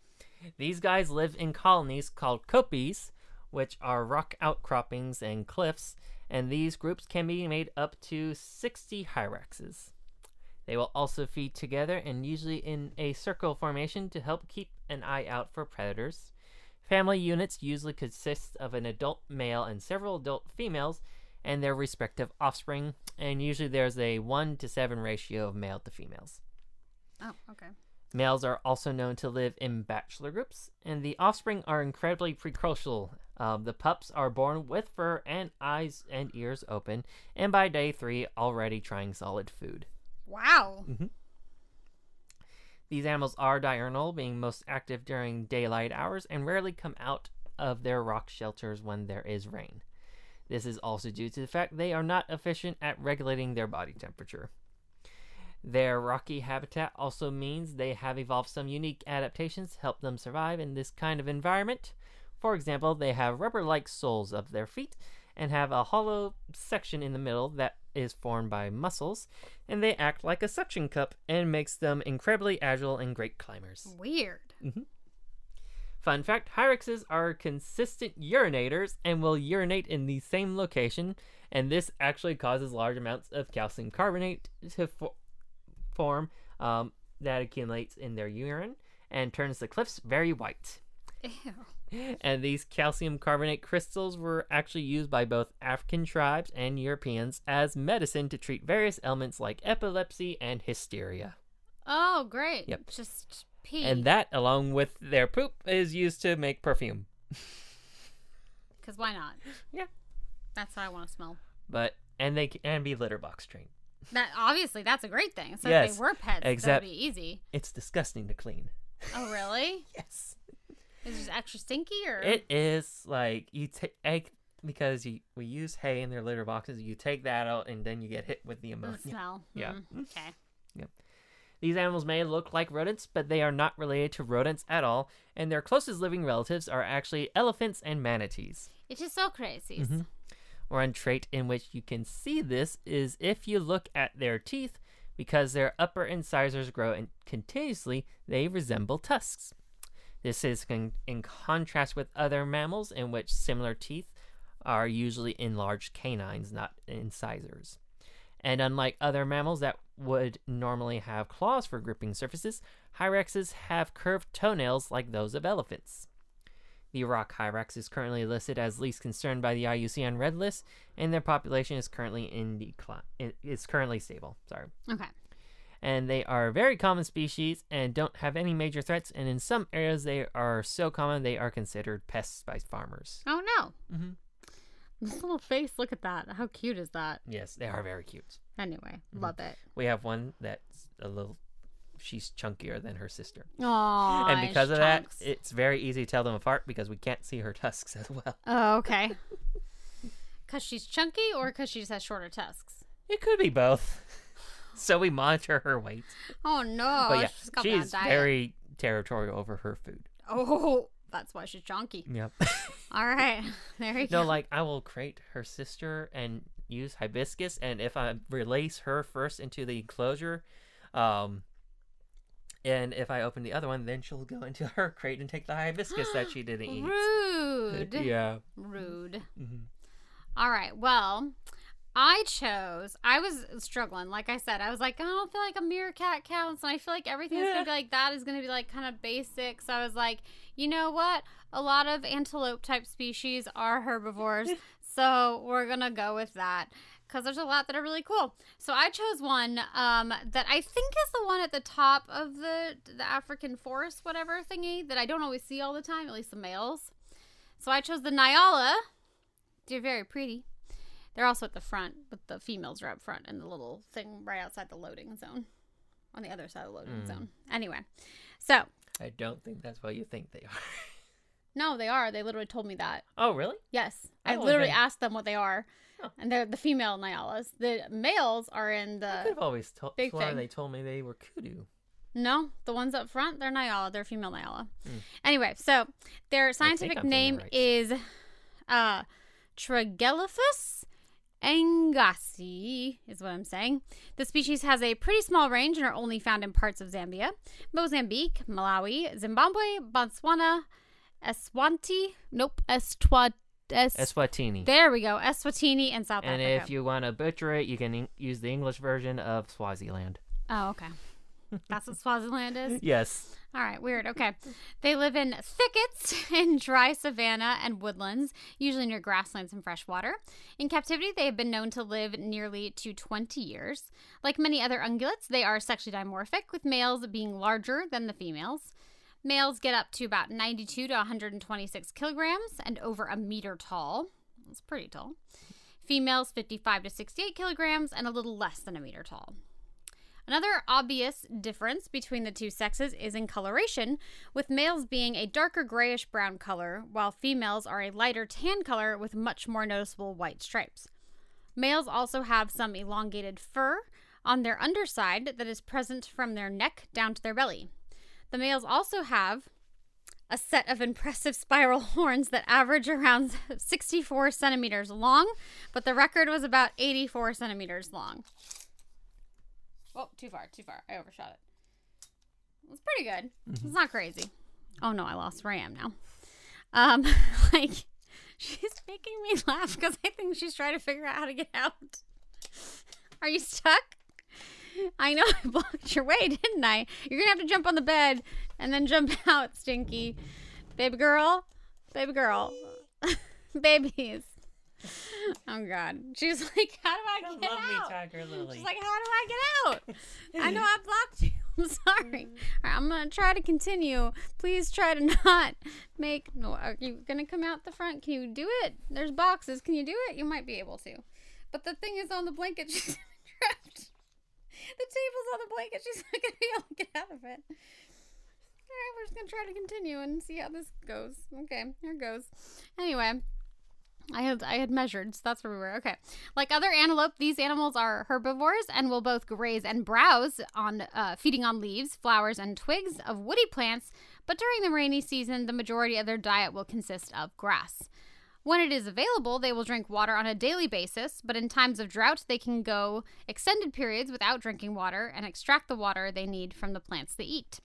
[SPEAKER 2] these guys live in colonies called kopis, which are rock outcroppings and cliffs, and these groups can be made up to 60 hyraxes. They will also feed together and usually in a circle formation to help keep an eye out for predators. Family units usually consist of an adult male and several adult females and their respective offspring, and usually there's a 1 to 7 ratio of male to females.
[SPEAKER 1] Oh, okay.
[SPEAKER 2] Males are also known to live in bachelor groups, and the offspring are incredibly precocial. Um, the pups are born with fur and eyes and ears open, and by day three, already trying solid food.
[SPEAKER 1] Wow.
[SPEAKER 2] These animals are diurnal, being most active during daylight hours, and rarely come out of their rock shelters when there is rain. This is also due to the fact they are not efficient at regulating their body temperature. Their rocky habitat also means they have evolved some unique adaptations to help them survive in this kind of environment. For example, they have rubber like soles of their feet and have a hollow section in the middle that is formed by muscles, and they act like a suction cup and makes them incredibly agile and great climbers.
[SPEAKER 1] Weird.
[SPEAKER 2] Fun fact Hyraxes are consistent urinators and will urinate in the same location, and this actually causes large amounts of calcium carbonate to fo- form um, that accumulates in their urine and turns the cliffs very white.
[SPEAKER 1] Ew.
[SPEAKER 2] And these calcium carbonate crystals were actually used by both African tribes and Europeans as medicine to treat various ailments like epilepsy and hysteria.
[SPEAKER 1] Oh, great.
[SPEAKER 2] Yep.
[SPEAKER 1] Just pee.
[SPEAKER 2] And that, along with their poop, is used to make perfume.
[SPEAKER 1] Because why not?
[SPEAKER 2] Yeah.
[SPEAKER 1] That's how I want to smell.
[SPEAKER 2] But and they can be litter box trained.
[SPEAKER 1] That obviously that's a great thing. So if
[SPEAKER 2] Yes,
[SPEAKER 1] they were pets,
[SPEAKER 2] except-
[SPEAKER 1] that'd be easy.
[SPEAKER 2] It's disgusting to clean.
[SPEAKER 1] Oh, really?
[SPEAKER 2] Yes.
[SPEAKER 1] Is it just extra stinky or?
[SPEAKER 2] It is like you take egg because you we use hay in their litter boxes. You take that out and then you get hit with the
[SPEAKER 1] the
[SPEAKER 2] ammonia.
[SPEAKER 1] smell.
[SPEAKER 2] Yeah.
[SPEAKER 1] Hmm, Okay.
[SPEAKER 2] These animals may look like rodents, but they are not related to rodents at all, and their closest living relatives are actually elephants and manatees.
[SPEAKER 1] It is so crazy.
[SPEAKER 2] Mhm. One trait in which you can see this is if you look at their teeth, because their upper incisors grow and continuously, they resemble tusks. This is con- in contrast with other mammals in which similar teeth are usually in large canines, not incisors. And unlike other mammals that would normally have claws for gripping surfaces, Hyraxes have curved toenails like those of elephants. The rock hyrax is currently listed as least concerned by the IUCN Red List, and their population is currently in decline. Is currently stable. Sorry,
[SPEAKER 1] Okay.
[SPEAKER 2] and they are a very common species and don't have any major threats. And in some areas, they are so common they are considered pests by farmers.
[SPEAKER 1] Oh no.
[SPEAKER 2] Mhm.
[SPEAKER 1] This little face. Look at that. How cute is that?
[SPEAKER 2] Yes, they are very cute.
[SPEAKER 1] Anyway,
[SPEAKER 2] Mm-hmm.
[SPEAKER 1] love it.
[SPEAKER 2] We have one that's a little. She's chunkier than her sister,
[SPEAKER 1] Aww.
[SPEAKER 2] and because of that, it's very easy to tell them apart because we can't see her tusks as well.
[SPEAKER 1] oh, okay. Cause she's chunky, or cause she just has shorter tusks.
[SPEAKER 2] It could be both. so we monitor her weight.
[SPEAKER 1] Oh no.
[SPEAKER 2] but yeah,
[SPEAKER 1] she's got
[SPEAKER 2] she's
[SPEAKER 1] bad diet.
[SPEAKER 2] very territorial over her food.
[SPEAKER 1] Oh, that's why she's chunky.
[SPEAKER 2] Yep.
[SPEAKER 1] All right. There you
[SPEAKER 2] Mm. no,
[SPEAKER 1] go.
[SPEAKER 2] like I will crate her sister and use hibiscus, and if I release her first into the enclosure, um, and if I open the other one, then she'll go into her crate and take the hibiscus that she didn't eat.
[SPEAKER 1] Rude.
[SPEAKER 2] Yeah.
[SPEAKER 1] Rude.
[SPEAKER 2] Mhm.
[SPEAKER 1] All right. Well, I chose. I was struggling. Like I said, I was like, I don't feel like a meerkat counts, and I feel like everything that's gonna
[SPEAKER 2] Yeah.
[SPEAKER 1] be like that is gonna be like kind of basic. So I was like, you know what? A lot of antelope type species are herbivores, so we're gonna go with that. Because there's a lot that are really cool. So I chose one um, that I think is the one at the top of the the African forest, whatever thingy that I don't always see all the time, at least the males. So I chose the Nyala. They're very pretty. They're also at the front, but the females are up front in the little thing right outside the loading zone. On the other side of the loading
[SPEAKER 2] Mm.
[SPEAKER 1] zone. Anyway. So
[SPEAKER 2] I don't think that's what you think they are.
[SPEAKER 1] no, they are. They literally told me that.
[SPEAKER 2] Oh, really?
[SPEAKER 1] Yes. I
[SPEAKER 2] Oh,
[SPEAKER 1] literally
[SPEAKER 2] okay.
[SPEAKER 1] asked them what they are.
[SPEAKER 2] Huh.
[SPEAKER 1] And they're the female Nyalas. The males are in
[SPEAKER 2] I
[SPEAKER 1] the
[SPEAKER 2] could have always told.
[SPEAKER 1] Uh, big thing.
[SPEAKER 2] They told me they were kudu.
[SPEAKER 1] No, the ones up front, they're Nyala. They're female Nyala. Anyway, so their scientific
[SPEAKER 2] Hmm. I'm
[SPEAKER 1] name
[SPEAKER 2] thinking right.
[SPEAKER 1] is uh, Tragelaphus angasi, is what I'm saying. The species has a pretty small range and are only found in parts of Zambia, Mozambique, Malawi, Zimbabwe, Botswana, Eswanti, nope, Estwa, Es-
[SPEAKER 2] Eswatini.
[SPEAKER 1] there we go, Eswatini, and South
[SPEAKER 2] and
[SPEAKER 1] Africa.
[SPEAKER 2] if you want to butcher it, you can en- use the English version of Swaziland.
[SPEAKER 1] oh, okay. That's what Swaziland is.
[SPEAKER 2] Yes.
[SPEAKER 1] All right, weird. Okay. They live in thickets in dry savanna and woodlands, usually near grasslands and freshwater. In captivity, they have been known to live nearly to 20 years. Like many other ungulates, they are sexually dimorphic, with males being larger than the females. Males get up to about 92 to 126 kilograms and over a meter tall. That's pretty tall. Females 55 to 68 kilograms and a little less than a meter tall. Another obvious difference between the two sexes is in coloration, with males being a darker grayish brown color, while females are a lighter tan color with much more noticeable white stripes. Males also have some elongated fur on their underside that is present from their neck down to their belly. The males also have a set of impressive spiral horns that average around 64 centimeters long, but the record was about 84 centimeters long. Oh, too far, too far. I overshot it. It's pretty good. It's not crazy. Oh no, I lost where I am now. Um, like she's making me laugh because I think she's trying to figure out how to get out. Are you stuck? I know I blocked your way, didn't I? You're gonna have to jump on the bed and then jump out, Stinky. Baby girl, baby girl, babies. Oh God, she's like, how do I get out?
[SPEAKER 2] Tiger Lily.
[SPEAKER 1] She's like, how do I get out? I know I blocked you. I'm sorry. All right, I'm gonna try to continue. Please try to not make. No, are you gonna come out the front? Can you do it? There's boxes. Can you do it? You might be able to. But the thing is on the blanket. She's trapped. The table's on the blanket. She's not gonna be able to get out of it. All right, we're just gonna try to continue and see how this goes. Okay, here goes. Anyway. I had I had measured, so that's where we were. Okay. Like other antelope, these animals are herbivores and will both graze and browse on uh, feeding on leaves, flowers, and twigs of woody plants. But during the rainy season, the majority of their diet will consist of grass. When it is available, they will drink water on a daily basis, but in times of drought, they can go extended periods without drinking water and extract the water they need from the plants they eat.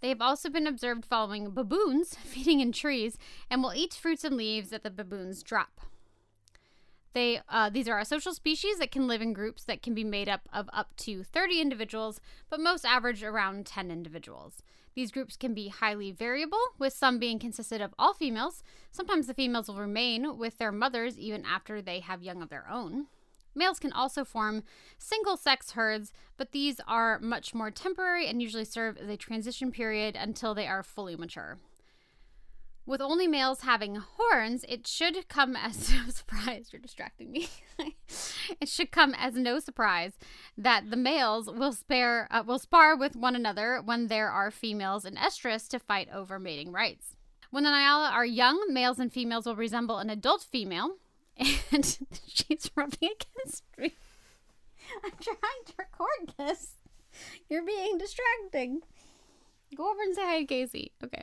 [SPEAKER 1] They have also been observed following baboons feeding in trees and will eat fruits and leaves that the baboons drop. They uh, these are a social species that can live in groups that can be made up of up to 30 individuals, but most average around 10 individuals. These groups can be highly variable, with some being consisted of all females. Sometimes the females will remain with their mothers even after they have young of their own. Males can also form single sex herds, but these are much more temporary and usually serve as a transition period until they are fully mature. With only males having horns, it should come as no surprise. You're distracting me. it should come as no surprise that the males will spare uh, will spar with one another when there are females in estrus to fight over mating rights. When the Nyala are young, males and females will resemble an adult female, and she's rubbing against me. I'm trying to record this. You're being distracting. Go over and say hi to Casey. Okay.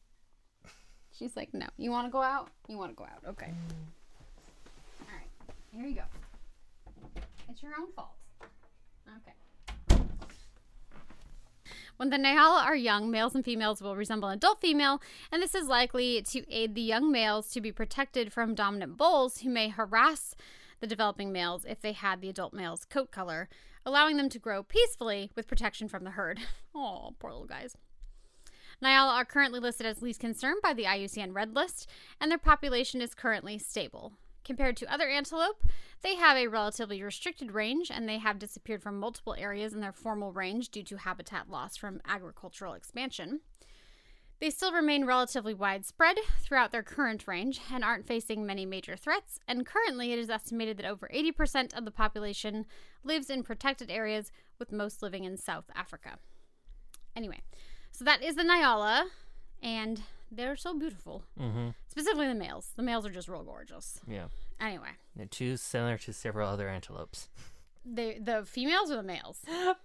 [SPEAKER 1] She's like, no. You want to go out? You want to go out. Okay. All right. Here you go. It's your own fault. Okay. When the Nayala are young, males and females will resemble an adult female, and this is likely to aid the young males to be protected from dominant bulls who may harass the developing males if they had the adult male's coat color, allowing them to grow peacefully with protection from the herd. Oh, poor little guys. Nyala are currently listed as least concern by the IUCN Red List, and their population is currently stable. Compared to other antelope, they have a relatively restricted range and they have disappeared from multiple areas in their formal range due to habitat loss from agricultural expansion. They still remain relatively widespread throughout their current range and aren't facing many major threats, and currently it is estimated that over 80% of the population lives in protected areas, with most living in South Africa. Anyway, so that is the Nyala, and they're so beautiful.
[SPEAKER 2] mm-hmm.
[SPEAKER 1] Specifically the males. The males are just real gorgeous.
[SPEAKER 2] Yeah.
[SPEAKER 1] Anyway,
[SPEAKER 2] They're too similar to several other antelopes.
[SPEAKER 1] the the females or the males?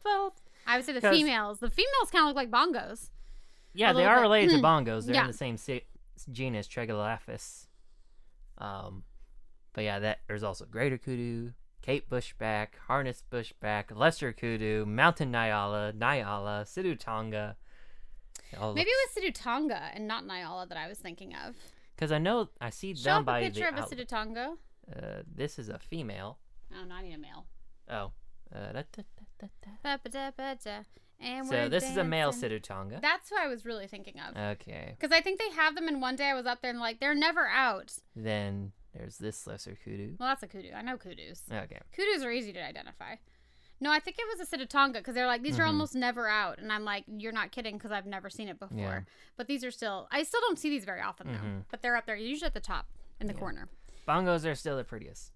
[SPEAKER 2] Both.
[SPEAKER 1] I would say the
[SPEAKER 2] 'Cause-
[SPEAKER 1] females. The females kind of look like bongos.
[SPEAKER 2] Yeah,
[SPEAKER 1] A
[SPEAKER 2] they
[SPEAKER 1] little
[SPEAKER 2] are
[SPEAKER 1] bit.
[SPEAKER 2] related to bongos. They're
[SPEAKER 1] Yeah.
[SPEAKER 2] in the same se- genus, Trigolaphus. Um, but yeah, that there's also greater kudu, Cape bushback, harness bushback, lesser kudu, mountain nyala, nyala, sidutonga.
[SPEAKER 1] Maybe it was Sidutonga and not Nyala that I was thinking of.
[SPEAKER 2] because I know I see
[SPEAKER 1] Show
[SPEAKER 2] down
[SPEAKER 1] up a
[SPEAKER 2] by
[SPEAKER 1] picture of
[SPEAKER 2] the.
[SPEAKER 1] a
[SPEAKER 2] out-
[SPEAKER 1] Sidutonga.
[SPEAKER 2] uh, this is a female.
[SPEAKER 1] Oh, no, I need a male.
[SPEAKER 2] Oh. Uh, da, da, da, da,
[SPEAKER 1] Ba-ba-da-ba-da.
[SPEAKER 2] da.
[SPEAKER 1] And
[SPEAKER 2] So
[SPEAKER 1] we're
[SPEAKER 2] this is a male Oh.
[SPEAKER 1] dancing.
[SPEAKER 2] sidutonga.
[SPEAKER 1] That's who I was really thinking of.
[SPEAKER 2] Okay.
[SPEAKER 1] Because I think they have them, and one day I was up there and like, they're never out.
[SPEAKER 2] Then there's this lesser kudu.
[SPEAKER 1] Well, that's a kudu. I know kudus.
[SPEAKER 2] Okay.
[SPEAKER 1] Kudus are easy to identify. No, I think it was a Sitatonga because they're like, these are
[SPEAKER 2] Mhm.
[SPEAKER 1] almost never out. And I'm like, you're not kidding because I've never seen it before.
[SPEAKER 2] Yeah.
[SPEAKER 1] But these are still, I still don't see these very often though.
[SPEAKER 2] Mhm.
[SPEAKER 1] But they're up there, usually at the top in the
[SPEAKER 2] Yeah.
[SPEAKER 1] corner.
[SPEAKER 2] Bongos are still the prettiest.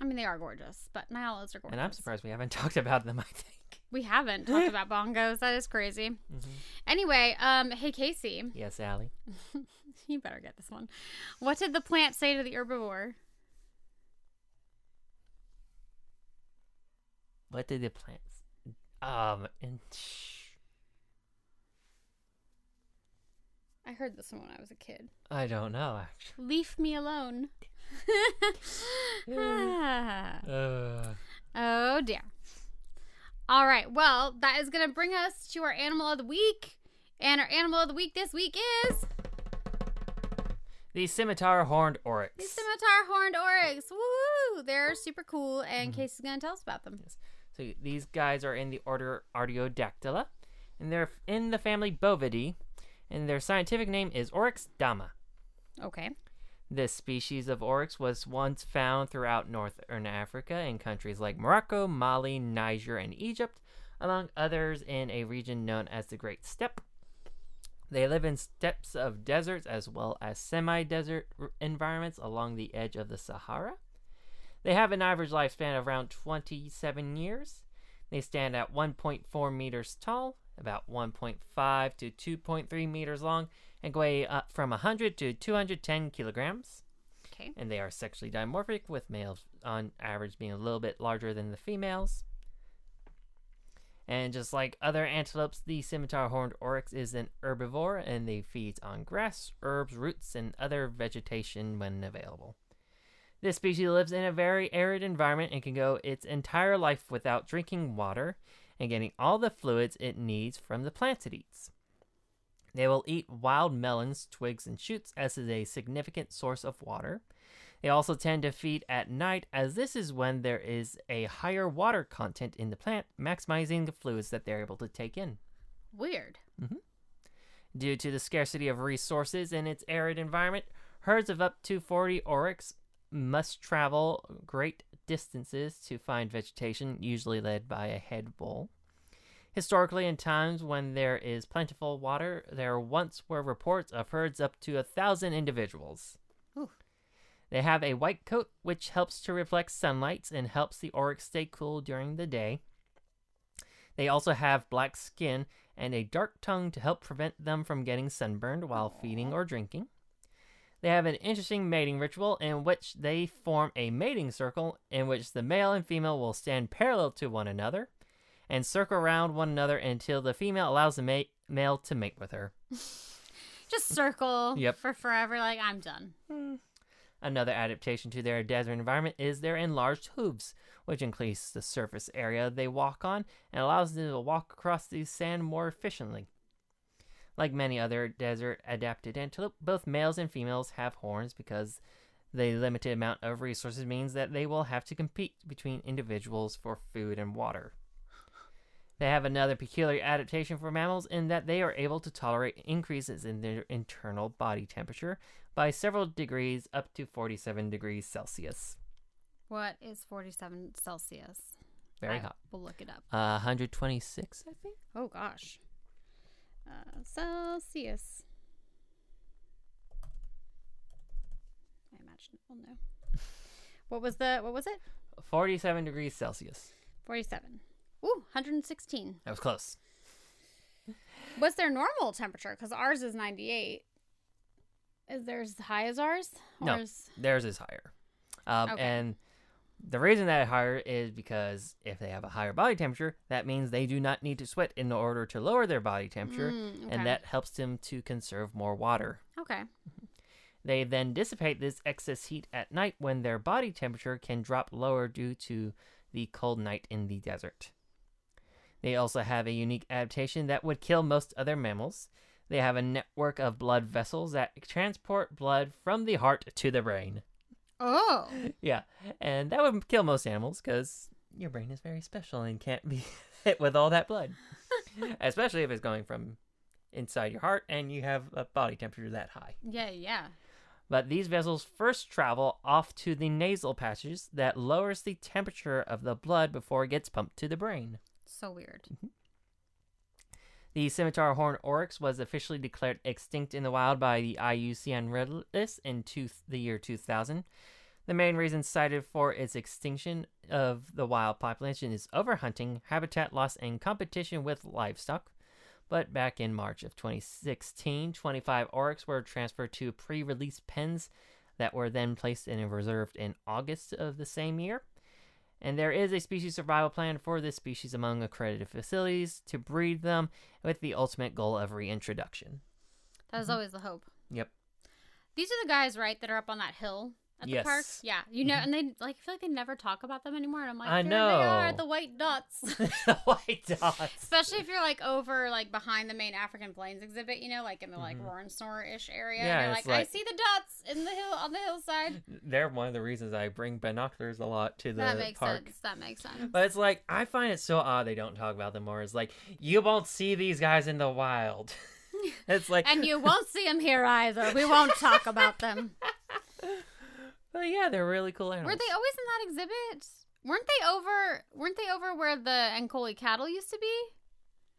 [SPEAKER 1] I mean, they are gorgeous, but Nyolas are gorgeous.
[SPEAKER 2] And I'm surprised we haven't talked about them, I think.
[SPEAKER 1] We haven't talked about bongos. That is crazy. Anyway, um, hey Casey,
[SPEAKER 2] Yes, Allie.
[SPEAKER 1] you better get this one. What did the plant say to the herbivore?
[SPEAKER 2] What did the plants. Um, and. Sh-
[SPEAKER 1] I heard this one when I was a kid.
[SPEAKER 2] I don't know, actually.
[SPEAKER 1] Leave me alone. Ah.
[SPEAKER 2] Uh,
[SPEAKER 1] Oh dear. All right. Well, that is going to bring us to our animal of the week. And our animal of the week this week is
[SPEAKER 2] the scimitar horned oryx.
[SPEAKER 1] the scimitar horned oryx. Woo! They're super cool, and
[SPEAKER 2] Mm-hmm.
[SPEAKER 1] Casey's going to tell us about them.
[SPEAKER 2] So these guys are in the order Artiodactyla, and they're f- in the family Bovidae, and their scientific name is Oryx dama.
[SPEAKER 1] Okay.
[SPEAKER 2] This species of oryx was once found throughout northern Africa in countries like Morocco, Mali, Niger, and Egypt, among others in a region known as the Great Steppe. They live in steppes of deserts as well as semi desert environments along the edge of the Sahara. They have an average lifespan of around 27 years. They stand at 1.4 meters tall, about 1.5 to 2.3 meters long, and weigh up from 100 to 210 kilograms.
[SPEAKER 1] Okay.
[SPEAKER 2] And they are sexually dimorphic, with males on average being a little bit larger than the females. And just like other antelopes, the scimitar horned oryx is an herbivore and they feed on grass, herbs, roots, and other vegetation when available. This species lives in a very arid environment and can go its entire life without drinking water and getting all the fluids it needs from the plants it eats. They will eat wild melons, twigs, and shoots as is a significant source of water. They also tend to feed at night, as this is when there is a higher water content in the plant, maximizing the fluids that they're able to take in.
[SPEAKER 1] Weird.
[SPEAKER 2] Due to the scarcity of resources in its arid environment, herds of up to 40 oryx must travel great distances to find vegetation, usually led by a head bull. Historically, in times when there is plentiful water, there once were reports of herds up to a thousand individuals.
[SPEAKER 1] Ooh.
[SPEAKER 2] They have a white coat, which helps to reflect sunlight and helps the oryx stay cool during the day. They also have black skin and a dark tongue to help prevent them from getting sunburned while feeding or drinking. They have an interesting mating ritual in which they form a mating circle in which the male and female will stand parallel to one another and circle around one another until the female allows the ma- male to mate with her.
[SPEAKER 1] Just circle
[SPEAKER 2] Mm. Yep.
[SPEAKER 1] for forever. Like, I'm done.
[SPEAKER 2] Another adaptation to their desert environment is their enlarged hooves, which increase the surface area they walk on and allows them to walk across the sand more efficiently. Like many other desert adapted antelope, both males and females have horns because the limited amount of resources means that they will have to compete between individuals for food and water. They have another peculiar adaptation for mammals in that they are able to tolerate increases in their internal body temperature by several degrees up to 47 degrees Celsius.
[SPEAKER 1] What is 47 Celsius?
[SPEAKER 2] Very
[SPEAKER 1] I
[SPEAKER 2] hot.
[SPEAKER 1] will look it up.
[SPEAKER 2] Uh, 126, I think.
[SPEAKER 1] Oh, gosh. Uh, Celsius. I imagine it will know. What was the, what was it?
[SPEAKER 2] 47 degrees Celsius.
[SPEAKER 1] 47. Ooh, 116.
[SPEAKER 2] That was close.
[SPEAKER 1] What's their normal temperature? Because ours is 98. Is theirs as high as ours?
[SPEAKER 2] No.
[SPEAKER 1] is-
[SPEAKER 2] Theirs is higher. Um,
[SPEAKER 1] Okay.
[SPEAKER 2] And the reason that it's higher is because if they have a higher body temperature, that means they do not need to sweat in order to lower their body temperature,
[SPEAKER 1] Mm, okay.
[SPEAKER 2] and that helps them to conserve more water.
[SPEAKER 1] Okay.
[SPEAKER 2] They then dissipate this excess heat at night when their body temperature can drop lower due to the cold night in the desert. They also have a unique adaptation that would kill most other mammals. They have a network of blood vessels that transport blood from the heart to the brain.
[SPEAKER 1] Oh.
[SPEAKER 2] Yeah, and that would kill most animals because your brain is very special and can't be hit with all that blood. Especially if it's going from inside your heart and you have a body temperature that high
[SPEAKER 1] Yeah, yeah.
[SPEAKER 2] but these vessels first travel off to the nasal passages that lowers the temperature of the blood before it gets pumped to the brain.
[SPEAKER 1] So weird.
[SPEAKER 2] The scimitar horned oryx was officially declared extinct in the wild by the IUCN Red List in two- the year 2000. The main reason cited for its extinction of the wild population is overhunting, habitat loss, and competition with livestock. But back in March of 2016, 25 oryx were transferred to pre release pens that were then placed in a reserve in August of the same year. And there is a species survival plan for this species among accredited facilities to breed them with the ultimate goal of reintroduction.
[SPEAKER 1] That was always the hope.
[SPEAKER 2] Yep.
[SPEAKER 1] These are the guys, right, that are up on that hill at the park.
[SPEAKER 2] Yes. Mm-hmm.
[SPEAKER 1] Yeah, you know, and they like I feel like they never talk about them anymore. And I'm like,
[SPEAKER 2] I
[SPEAKER 1] there they are,
[SPEAKER 2] know.
[SPEAKER 1] the white dots.
[SPEAKER 2] the white dots.
[SPEAKER 1] Especially if you're like over like behind the main African Plains exhibit, you know, like in the like
[SPEAKER 2] Mhm.
[SPEAKER 1] roar and snore ish area.
[SPEAKER 2] Yeah,
[SPEAKER 1] and you're
[SPEAKER 2] it's
[SPEAKER 1] like,
[SPEAKER 2] like-
[SPEAKER 1] I see the dots in the hill on the hillside.
[SPEAKER 2] They're one of the reasons I bring binoculars a lot to the
[SPEAKER 1] that makes
[SPEAKER 2] park.
[SPEAKER 1] sense. That makes sense.
[SPEAKER 2] But it's like I find it so odd they don't talk about them more. It's like you won't see these guys in the wild. it's like
[SPEAKER 1] and you won't see them here either. We won't talk about them.
[SPEAKER 2] But yeah, they're really cool
[SPEAKER 1] Were
[SPEAKER 2] animals.
[SPEAKER 1] they always in that exhibit? Weren't they over? Weren't they over where the Ankoli cattle used to be?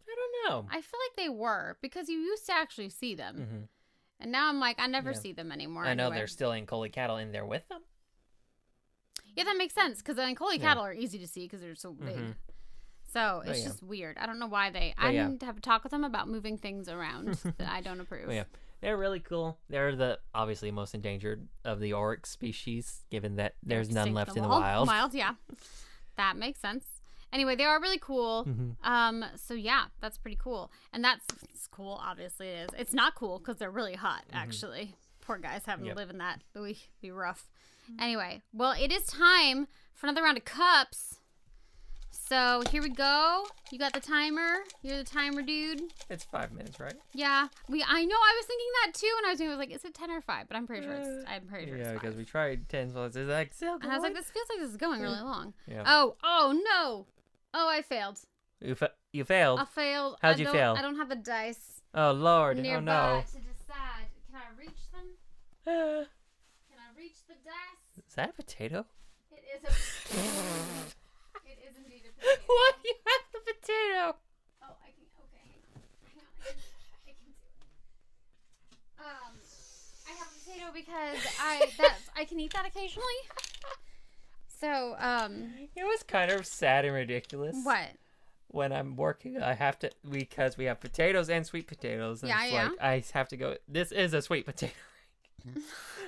[SPEAKER 2] I don't know.
[SPEAKER 1] I feel like they were because you used to actually see them,
[SPEAKER 2] Mhm.
[SPEAKER 1] and now I'm like, I never
[SPEAKER 2] Yeah.
[SPEAKER 1] see them anymore.
[SPEAKER 2] I know
[SPEAKER 1] anyway.
[SPEAKER 2] they're still in Coley cattle and they're with them.
[SPEAKER 1] Yeah, that makes sense because the Ankoli
[SPEAKER 2] Yeah.
[SPEAKER 1] cattle are easy to see because they're so big.
[SPEAKER 2] Mhm.
[SPEAKER 1] So
[SPEAKER 2] But
[SPEAKER 1] it's
[SPEAKER 2] yeah.
[SPEAKER 1] just weird. I don't know why they.
[SPEAKER 2] But
[SPEAKER 1] I
[SPEAKER 2] yeah.
[SPEAKER 1] need to have a talk with them about moving things around that I don't approve.
[SPEAKER 2] But yeah, they're really cool. They're the obviously most endangered of the oryx species, given that there's none
[SPEAKER 1] Extinct
[SPEAKER 2] left in the wild.
[SPEAKER 1] Wild, yeah, that makes sense. Anyway, they are really cool.
[SPEAKER 2] Mhm.
[SPEAKER 1] Um, so yeah, that's pretty cool, and that's it's cool. Obviously, it is. It's not cool because they're really hot. Actually, poor guys having
[SPEAKER 2] Mm-hmm. Yep.
[SPEAKER 1] to live in that. It would be rough. Anyway, well, it is time for another round of cups. So here we go. You got the timer. You're the timer, dude.
[SPEAKER 2] It's five minutes, right?
[SPEAKER 1] Yeah, we. I know. I was thinking that too, and I was, doing it, I was like, "Is it ten or 5? But I'm pretty sure it's.
[SPEAKER 2] Uh,
[SPEAKER 1] I'm pretty sure
[SPEAKER 2] yeah,
[SPEAKER 1] it's
[SPEAKER 2] because
[SPEAKER 1] five.
[SPEAKER 2] we tried ten spots. It's like still
[SPEAKER 1] And I was like,
[SPEAKER 2] going.
[SPEAKER 1] "This feels like this is going really long."
[SPEAKER 2] Yeah.
[SPEAKER 1] Oh, oh no! Oh, I failed.
[SPEAKER 2] you, fa- you failed.
[SPEAKER 1] I failed.
[SPEAKER 2] Oh. How'd
[SPEAKER 1] I
[SPEAKER 2] you
[SPEAKER 1] don't-
[SPEAKER 2] fail?
[SPEAKER 1] I don't have the dice
[SPEAKER 2] oh Lord!
[SPEAKER 1] nearby
[SPEAKER 2] Oh no!
[SPEAKER 1] to decide. Can I reach them?
[SPEAKER 2] Ah,
[SPEAKER 1] Can I reach the dice?
[SPEAKER 2] is that a potato?
[SPEAKER 1] It is a. it is indeed a potato.
[SPEAKER 2] Why do you have the potato?
[SPEAKER 1] Oh, I can. Okay, hang on. I can, I can do it. Um, I have a potato because I that's I can eat that occasionally. So, um,
[SPEAKER 2] It was kind of sad and ridiculous.
[SPEAKER 1] what?
[SPEAKER 2] when I'm working, I have to because we have potatoes and sweet potatoes. And
[SPEAKER 1] Yeah,
[SPEAKER 2] it's
[SPEAKER 1] yeah.
[SPEAKER 2] Like, I have to go. This is a sweet potato.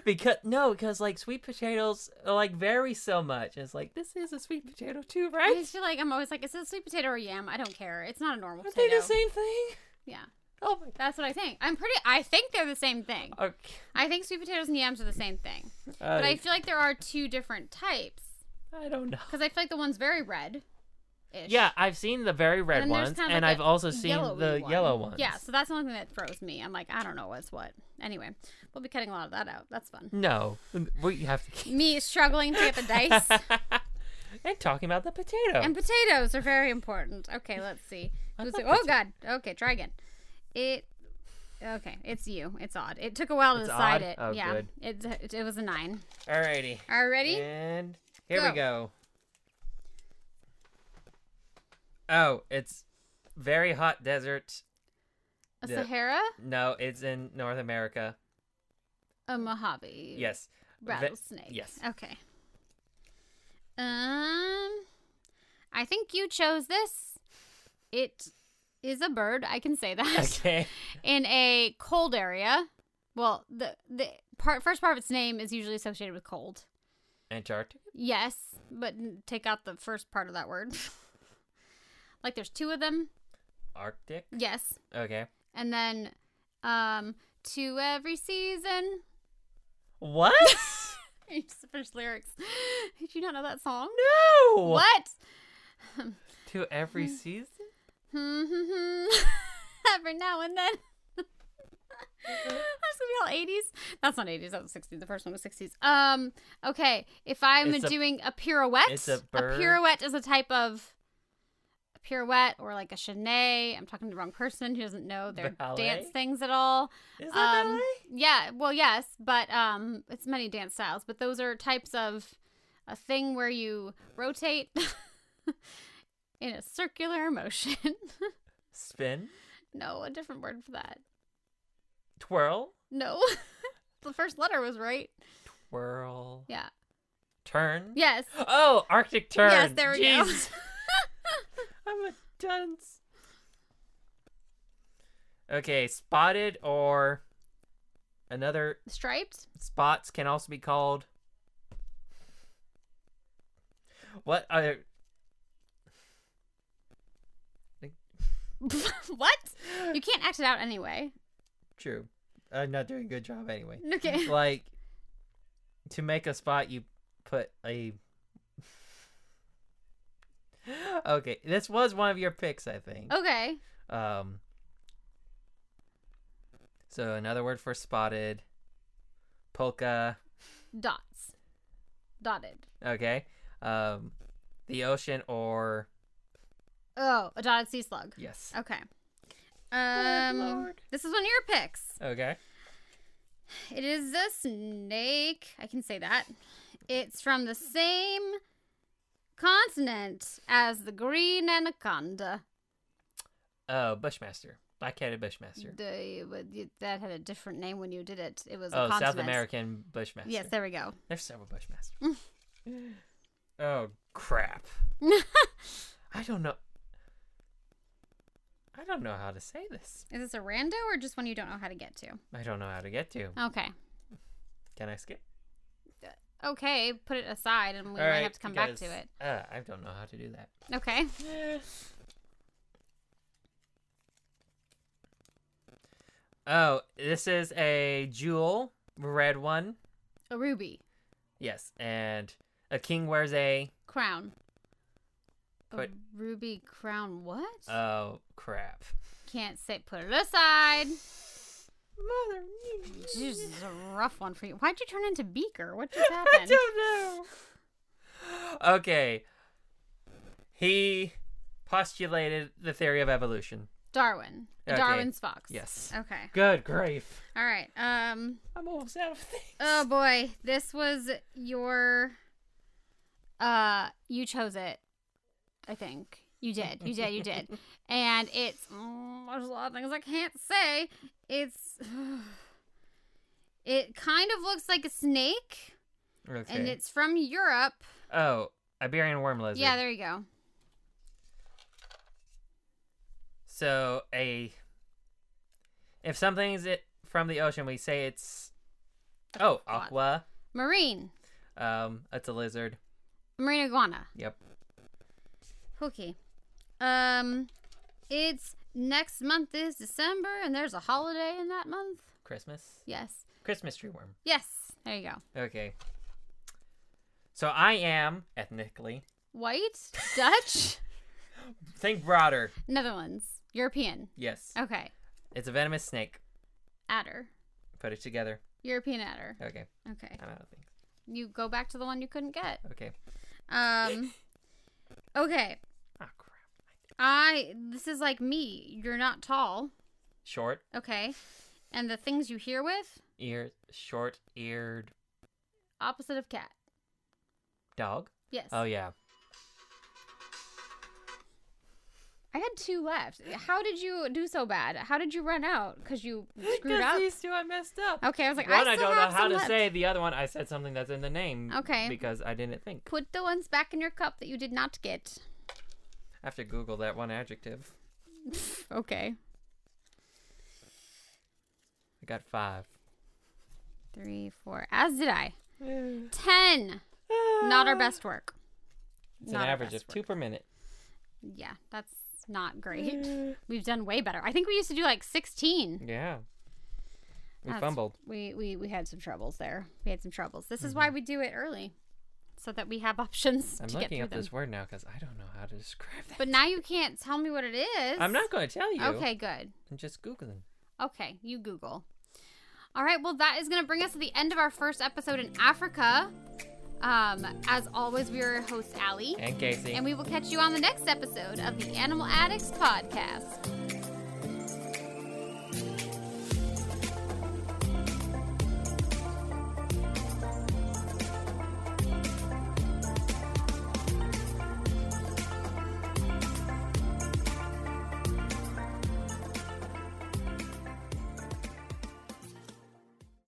[SPEAKER 2] because no, because like sweet potatoes like vary so much. It's like this is a sweet potato too,
[SPEAKER 1] I
[SPEAKER 2] right?
[SPEAKER 1] just feel like I'm always like, is it a sweet potato or yam? I don't care. It's not a normal
[SPEAKER 2] Aren't they
[SPEAKER 1] potato.
[SPEAKER 2] the same thing?
[SPEAKER 1] Yeah.
[SPEAKER 2] Oh my.
[SPEAKER 1] That's what I think. I'm pretty. I think they're the same thing.
[SPEAKER 2] Okay.
[SPEAKER 1] I think sweet potatoes and yams are the same thing, but I
[SPEAKER 2] I,
[SPEAKER 1] feel like there are two different types
[SPEAKER 2] I don't know.
[SPEAKER 1] because I feel like the one's very red.
[SPEAKER 2] Yeah, I've seen the very red
[SPEAKER 1] And then there's
[SPEAKER 2] ones,
[SPEAKER 1] kind of
[SPEAKER 2] and
[SPEAKER 1] like
[SPEAKER 2] I've
[SPEAKER 1] a
[SPEAKER 2] also seen the yellow ones.
[SPEAKER 1] Yeah, so that's the only thing that throws me. I'm like, I don't know what's what. Anyway, we'll be cutting a lot of that out. That's fun.
[SPEAKER 2] No, we have to keep.
[SPEAKER 1] Me struggling to get the dice
[SPEAKER 2] and talking about the potato.
[SPEAKER 1] and potatoes are very important. Okay, let's see.
[SPEAKER 2] I
[SPEAKER 1] Who's
[SPEAKER 2] thought
[SPEAKER 1] oh God. Okay, try again. It. Okay, it's you. It's odd. It took a while to
[SPEAKER 2] It's
[SPEAKER 1] decide
[SPEAKER 2] odd?
[SPEAKER 1] it.
[SPEAKER 2] Oh,
[SPEAKER 1] yeah,
[SPEAKER 2] good.
[SPEAKER 1] It, it it was a nine.
[SPEAKER 2] Alrighty.
[SPEAKER 1] All right, ready?
[SPEAKER 2] And here
[SPEAKER 1] Go.
[SPEAKER 2] we go. Oh, it's very hot desert.
[SPEAKER 1] A
[SPEAKER 2] Yeah.
[SPEAKER 1] Sahara,
[SPEAKER 2] No, it's in North America.
[SPEAKER 1] a Mojave.
[SPEAKER 2] Yes. Ve-
[SPEAKER 1] Rattlesnake.
[SPEAKER 2] yes.
[SPEAKER 1] Okay. Um, I think you chose this. It is a bird. I can say that
[SPEAKER 2] Okay.
[SPEAKER 1] in a cold area. Well, the the part first part of its name is usually associated with cold.
[SPEAKER 2] Antarctica.
[SPEAKER 1] Yes, but n- take out the first part of that word. like there's two of them.
[SPEAKER 2] Arctic.
[SPEAKER 1] Yes,
[SPEAKER 2] Okay.
[SPEAKER 1] and then um to every season.
[SPEAKER 2] What?
[SPEAKER 1] You just finished lyrics. Did you not know that song?
[SPEAKER 2] no.
[SPEAKER 1] What? Hmm.
[SPEAKER 2] To every season.
[SPEAKER 1] Every now and then.
[SPEAKER 2] Mm-hmm.
[SPEAKER 1] That's gonna be all 80s. That's not 80s. That was 60s. The first one was 60s. Um. Okay. If I'm
[SPEAKER 2] It's a-
[SPEAKER 1] doing a pirouette,
[SPEAKER 2] it's a bird.
[SPEAKER 1] pirouette is a type of a pirouette or like a chenet. I'm talking to the wrong person who doesn't know their dance
[SPEAKER 2] Ballet?
[SPEAKER 1] things at all.
[SPEAKER 2] Is that
[SPEAKER 1] Um,
[SPEAKER 2] ballet?
[SPEAKER 1] Yeah. Well, yes, but um, it's many dance styles, but those are types of a thing where you rotate in a circular motion.
[SPEAKER 2] Spin.
[SPEAKER 1] No, a different word for that.
[SPEAKER 2] Twirl.
[SPEAKER 1] No. the first letter was right.
[SPEAKER 2] Twirl.
[SPEAKER 1] Yeah.
[SPEAKER 2] Tern?
[SPEAKER 1] Yes.
[SPEAKER 2] Oh, Arctic Tern.
[SPEAKER 1] Yes, there we go.
[SPEAKER 2] Jeez. I'm a dunce. Okay, spotted or another
[SPEAKER 1] Striped?
[SPEAKER 2] spots can also be called. What Oh, are
[SPEAKER 1] what? You can't act it out anyway.
[SPEAKER 2] true? I'm not doing a good job anyway.
[SPEAKER 1] Okay.
[SPEAKER 2] like to make a spot you put a okay this was one of your picks i think
[SPEAKER 1] Okay.
[SPEAKER 2] um so another word for spotted polka
[SPEAKER 1] Dots. Dotted.
[SPEAKER 2] okay um the ocean or
[SPEAKER 1] Oh, a dotted sea slug.
[SPEAKER 2] yes Oh,
[SPEAKER 1] Okay. Um,
[SPEAKER 2] Lord.
[SPEAKER 1] this is one of your picks.
[SPEAKER 2] okay
[SPEAKER 1] It is a snake. I can say that. It's from the same continent as the green anaconda.
[SPEAKER 2] oh bushmaster black-headed bushmaster
[SPEAKER 1] The- but you- that had a different name when you did it. It was
[SPEAKER 2] oh
[SPEAKER 1] a continent.
[SPEAKER 2] south american bushmaster
[SPEAKER 1] Yes, Mm. there we go.
[SPEAKER 2] There's several Bushmasters. oh crap! I don't know. I don't know how to say this.
[SPEAKER 1] Is this a rando or just one you don't know how to get to?
[SPEAKER 2] I don't know how to get to.
[SPEAKER 1] Okay.
[SPEAKER 2] Can I skip?
[SPEAKER 1] Okay, put it aside and we might
[SPEAKER 2] Alright,
[SPEAKER 1] have to come back to
[SPEAKER 2] because,
[SPEAKER 1] it.
[SPEAKER 2] Uh, I don't know how to do that.
[SPEAKER 1] Okay.
[SPEAKER 2] Oh, this is a jewel, red one.
[SPEAKER 1] A ruby.
[SPEAKER 2] Yes, and a king wears a.
[SPEAKER 1] Crown.
[SPEAKER 2] Put-
[SPEAKER 1] a ruby crown what?
[SPEAKER 2] Oh crap!
[SPEAKER 1] Can't say put it aside.
[SPEAKER 2] Mother.
[SPEAKER 1] Jeez, this is a rough one for you. Why'd you turn into Beaker? What just
[SPEAKER 2] I
[SPEAKER 1] happened?
[SPEAKER 2] don't know. Okay. He postulated the theory of evolution.
[SPEAKER 1] Darwin.
[SPEAKER 2] Okay.
[SPEAKER 1] Darwin's fox.
[SPEAKER 2] Yes.
[SPEAKER 1] Okay.
[SPEAKER 2] Good grief.
[SPEAKER 1] All right. Um.
[SPEAKER 2] Uh, I'm almost out of things.
[SPEAKER 1] Oh boy, this was your. Uh, you chose it. I think you did. You did. You did. and it's mm, there's a lot of things I can't say. It's. It kind of looks like a snake,
[SPEAKER 2] okay.
[SPEAKER 1] and it's from Europe.
[SPEAKER 2] oh, Iberian worm lizard.
[SPEAKER 1] Yeah, there you go.
[SPEAKER 2] so a if something's it from the ocean, we say it's oh aqua.
[SPEAKER 1] Marine,
[SPEAKER 2] Um, it's a lizard.
[SPEAKER 1] marine iguana.
[SPEAKER 2] Yep.
[SPEAKER 1] Okay. Um, it's next month is December, and there's a holiday in that month.
[SPEAKER 2] Christmas.
[SPEAKER 1] Yes.
[SPEAKER 2] Christmas tree worm.
[SPEAKER 1] Yes. There you go.
[SPEAKER 2] Okay. So I am ethnically
[SPEAKER 1] White, Dutch,
[SPEAKER 2] think broader.
[SPEAKER 1] Netherlands, European.
[SPEAKER 2] Yes.
[SPEAKER 1] Okay.
[SPEAKER 2] It's a venomous snake.
[SPEAKER 1] Adder,
[SPEAKER 2] Put it together.
[SPEAKER 1] European adder.
[SPEAKER 2] Okay,
[SPEAKER 1] Okay.
[SPEAKER 2] I'm out of things.
[SPEAKER 1] You go back to the one you couldn't get.
[SPEAKER 2] Okay.
[SPEAKER 1] Um. Okay.
[SPEAKER 2] Ah, crap.
[SPEAKER 1] I. This is like me. You're not tall.
[SPEAKER 2] Short
[SPEAKER 1] Okay. And the things you hear with,
[SPEAKER 2] ear, short eared
[SPEAKER 1] opposite of cat.
[SPEAKER 2] dog.
[SPEAKER 1] Yes.
[SPEAKER 2] Oh yeah.
[SPEAKER 1] I had two left. How did you do so bad? How did you run out? Because you screwed up.
[SPEAKER 2] these two I messed up.
[SPEAKER 1] Okay, I was like, I
[SPEAKER 2] One
[SPEAKER 1] still
[SPEAKER 2] I, don't know
[SPEAKER 1] have
[SPEAKER 2] how
[SPEAKER 1] some
[SPEAKER 2] to
[SPEAKER 1] left.
[SPEAKER 2] say. The other one I said something that's in the name.
[SPEAKER 1] Okay.
[SPEAKER 2] Because I didn't think.
[SPEAKER 1] Put the ones back in your cup that you did not get.
[SPEAKER 2] I have to Google that one adjective.
[SPEAKER 1] Okay.
[SPEAKER 2] I got five.
[SPEAKER 1] Three, four. As did I. Ten. Not our best work.
[SPEAKER 2] It's
[SPEAKER 1] Not
[SPEAKER 2] an
[SPEAKER 1] our
[SPEAKER 2] average
[SPEAKER 1] best
[SPEAKER 2] of two per minute.
[SPEAKER 1] work. Yeah, that's not great.
[SPEAKER 2] Mm.
[SPEAKER 1] We've done way better. I think we used to do like 16.
[SPEAKER 2] Yeah. We
[SPEAKER 1] That's-
[SPEAKER 2] fumbled.
[SPEAKER 1] We, we, we had some troubles there. We had some troubles. This is why we do it early, so that we have options
[SPEAKER 2] Mm-hmm. I'm
[SPEAKER 1] to get
[SPEAKER 2] looking
[SPEAKER 1] through
[SPEAKER 2] up
[SPEAKER 1] them.
[SPEAKER 2] this word now because I don't know how to describe that.
[SPEAKER 1] But now you can't tell me what it is.
[SPEAKER 2] I'm not going to tell you.
[SPEAKER 1] Okay, good.
[SPEAKER 2] I'm just googling.
[SPEAKER 1] Okay, you Google. All right, well, that is going to bring us to the end of our first episode in Africa. Um, as always, we are your host, Allie,
[SPEAKER 2] And Casey.
[SPEAKER 1] and we will catch you on the next episode of the Animal Addicts Podcast.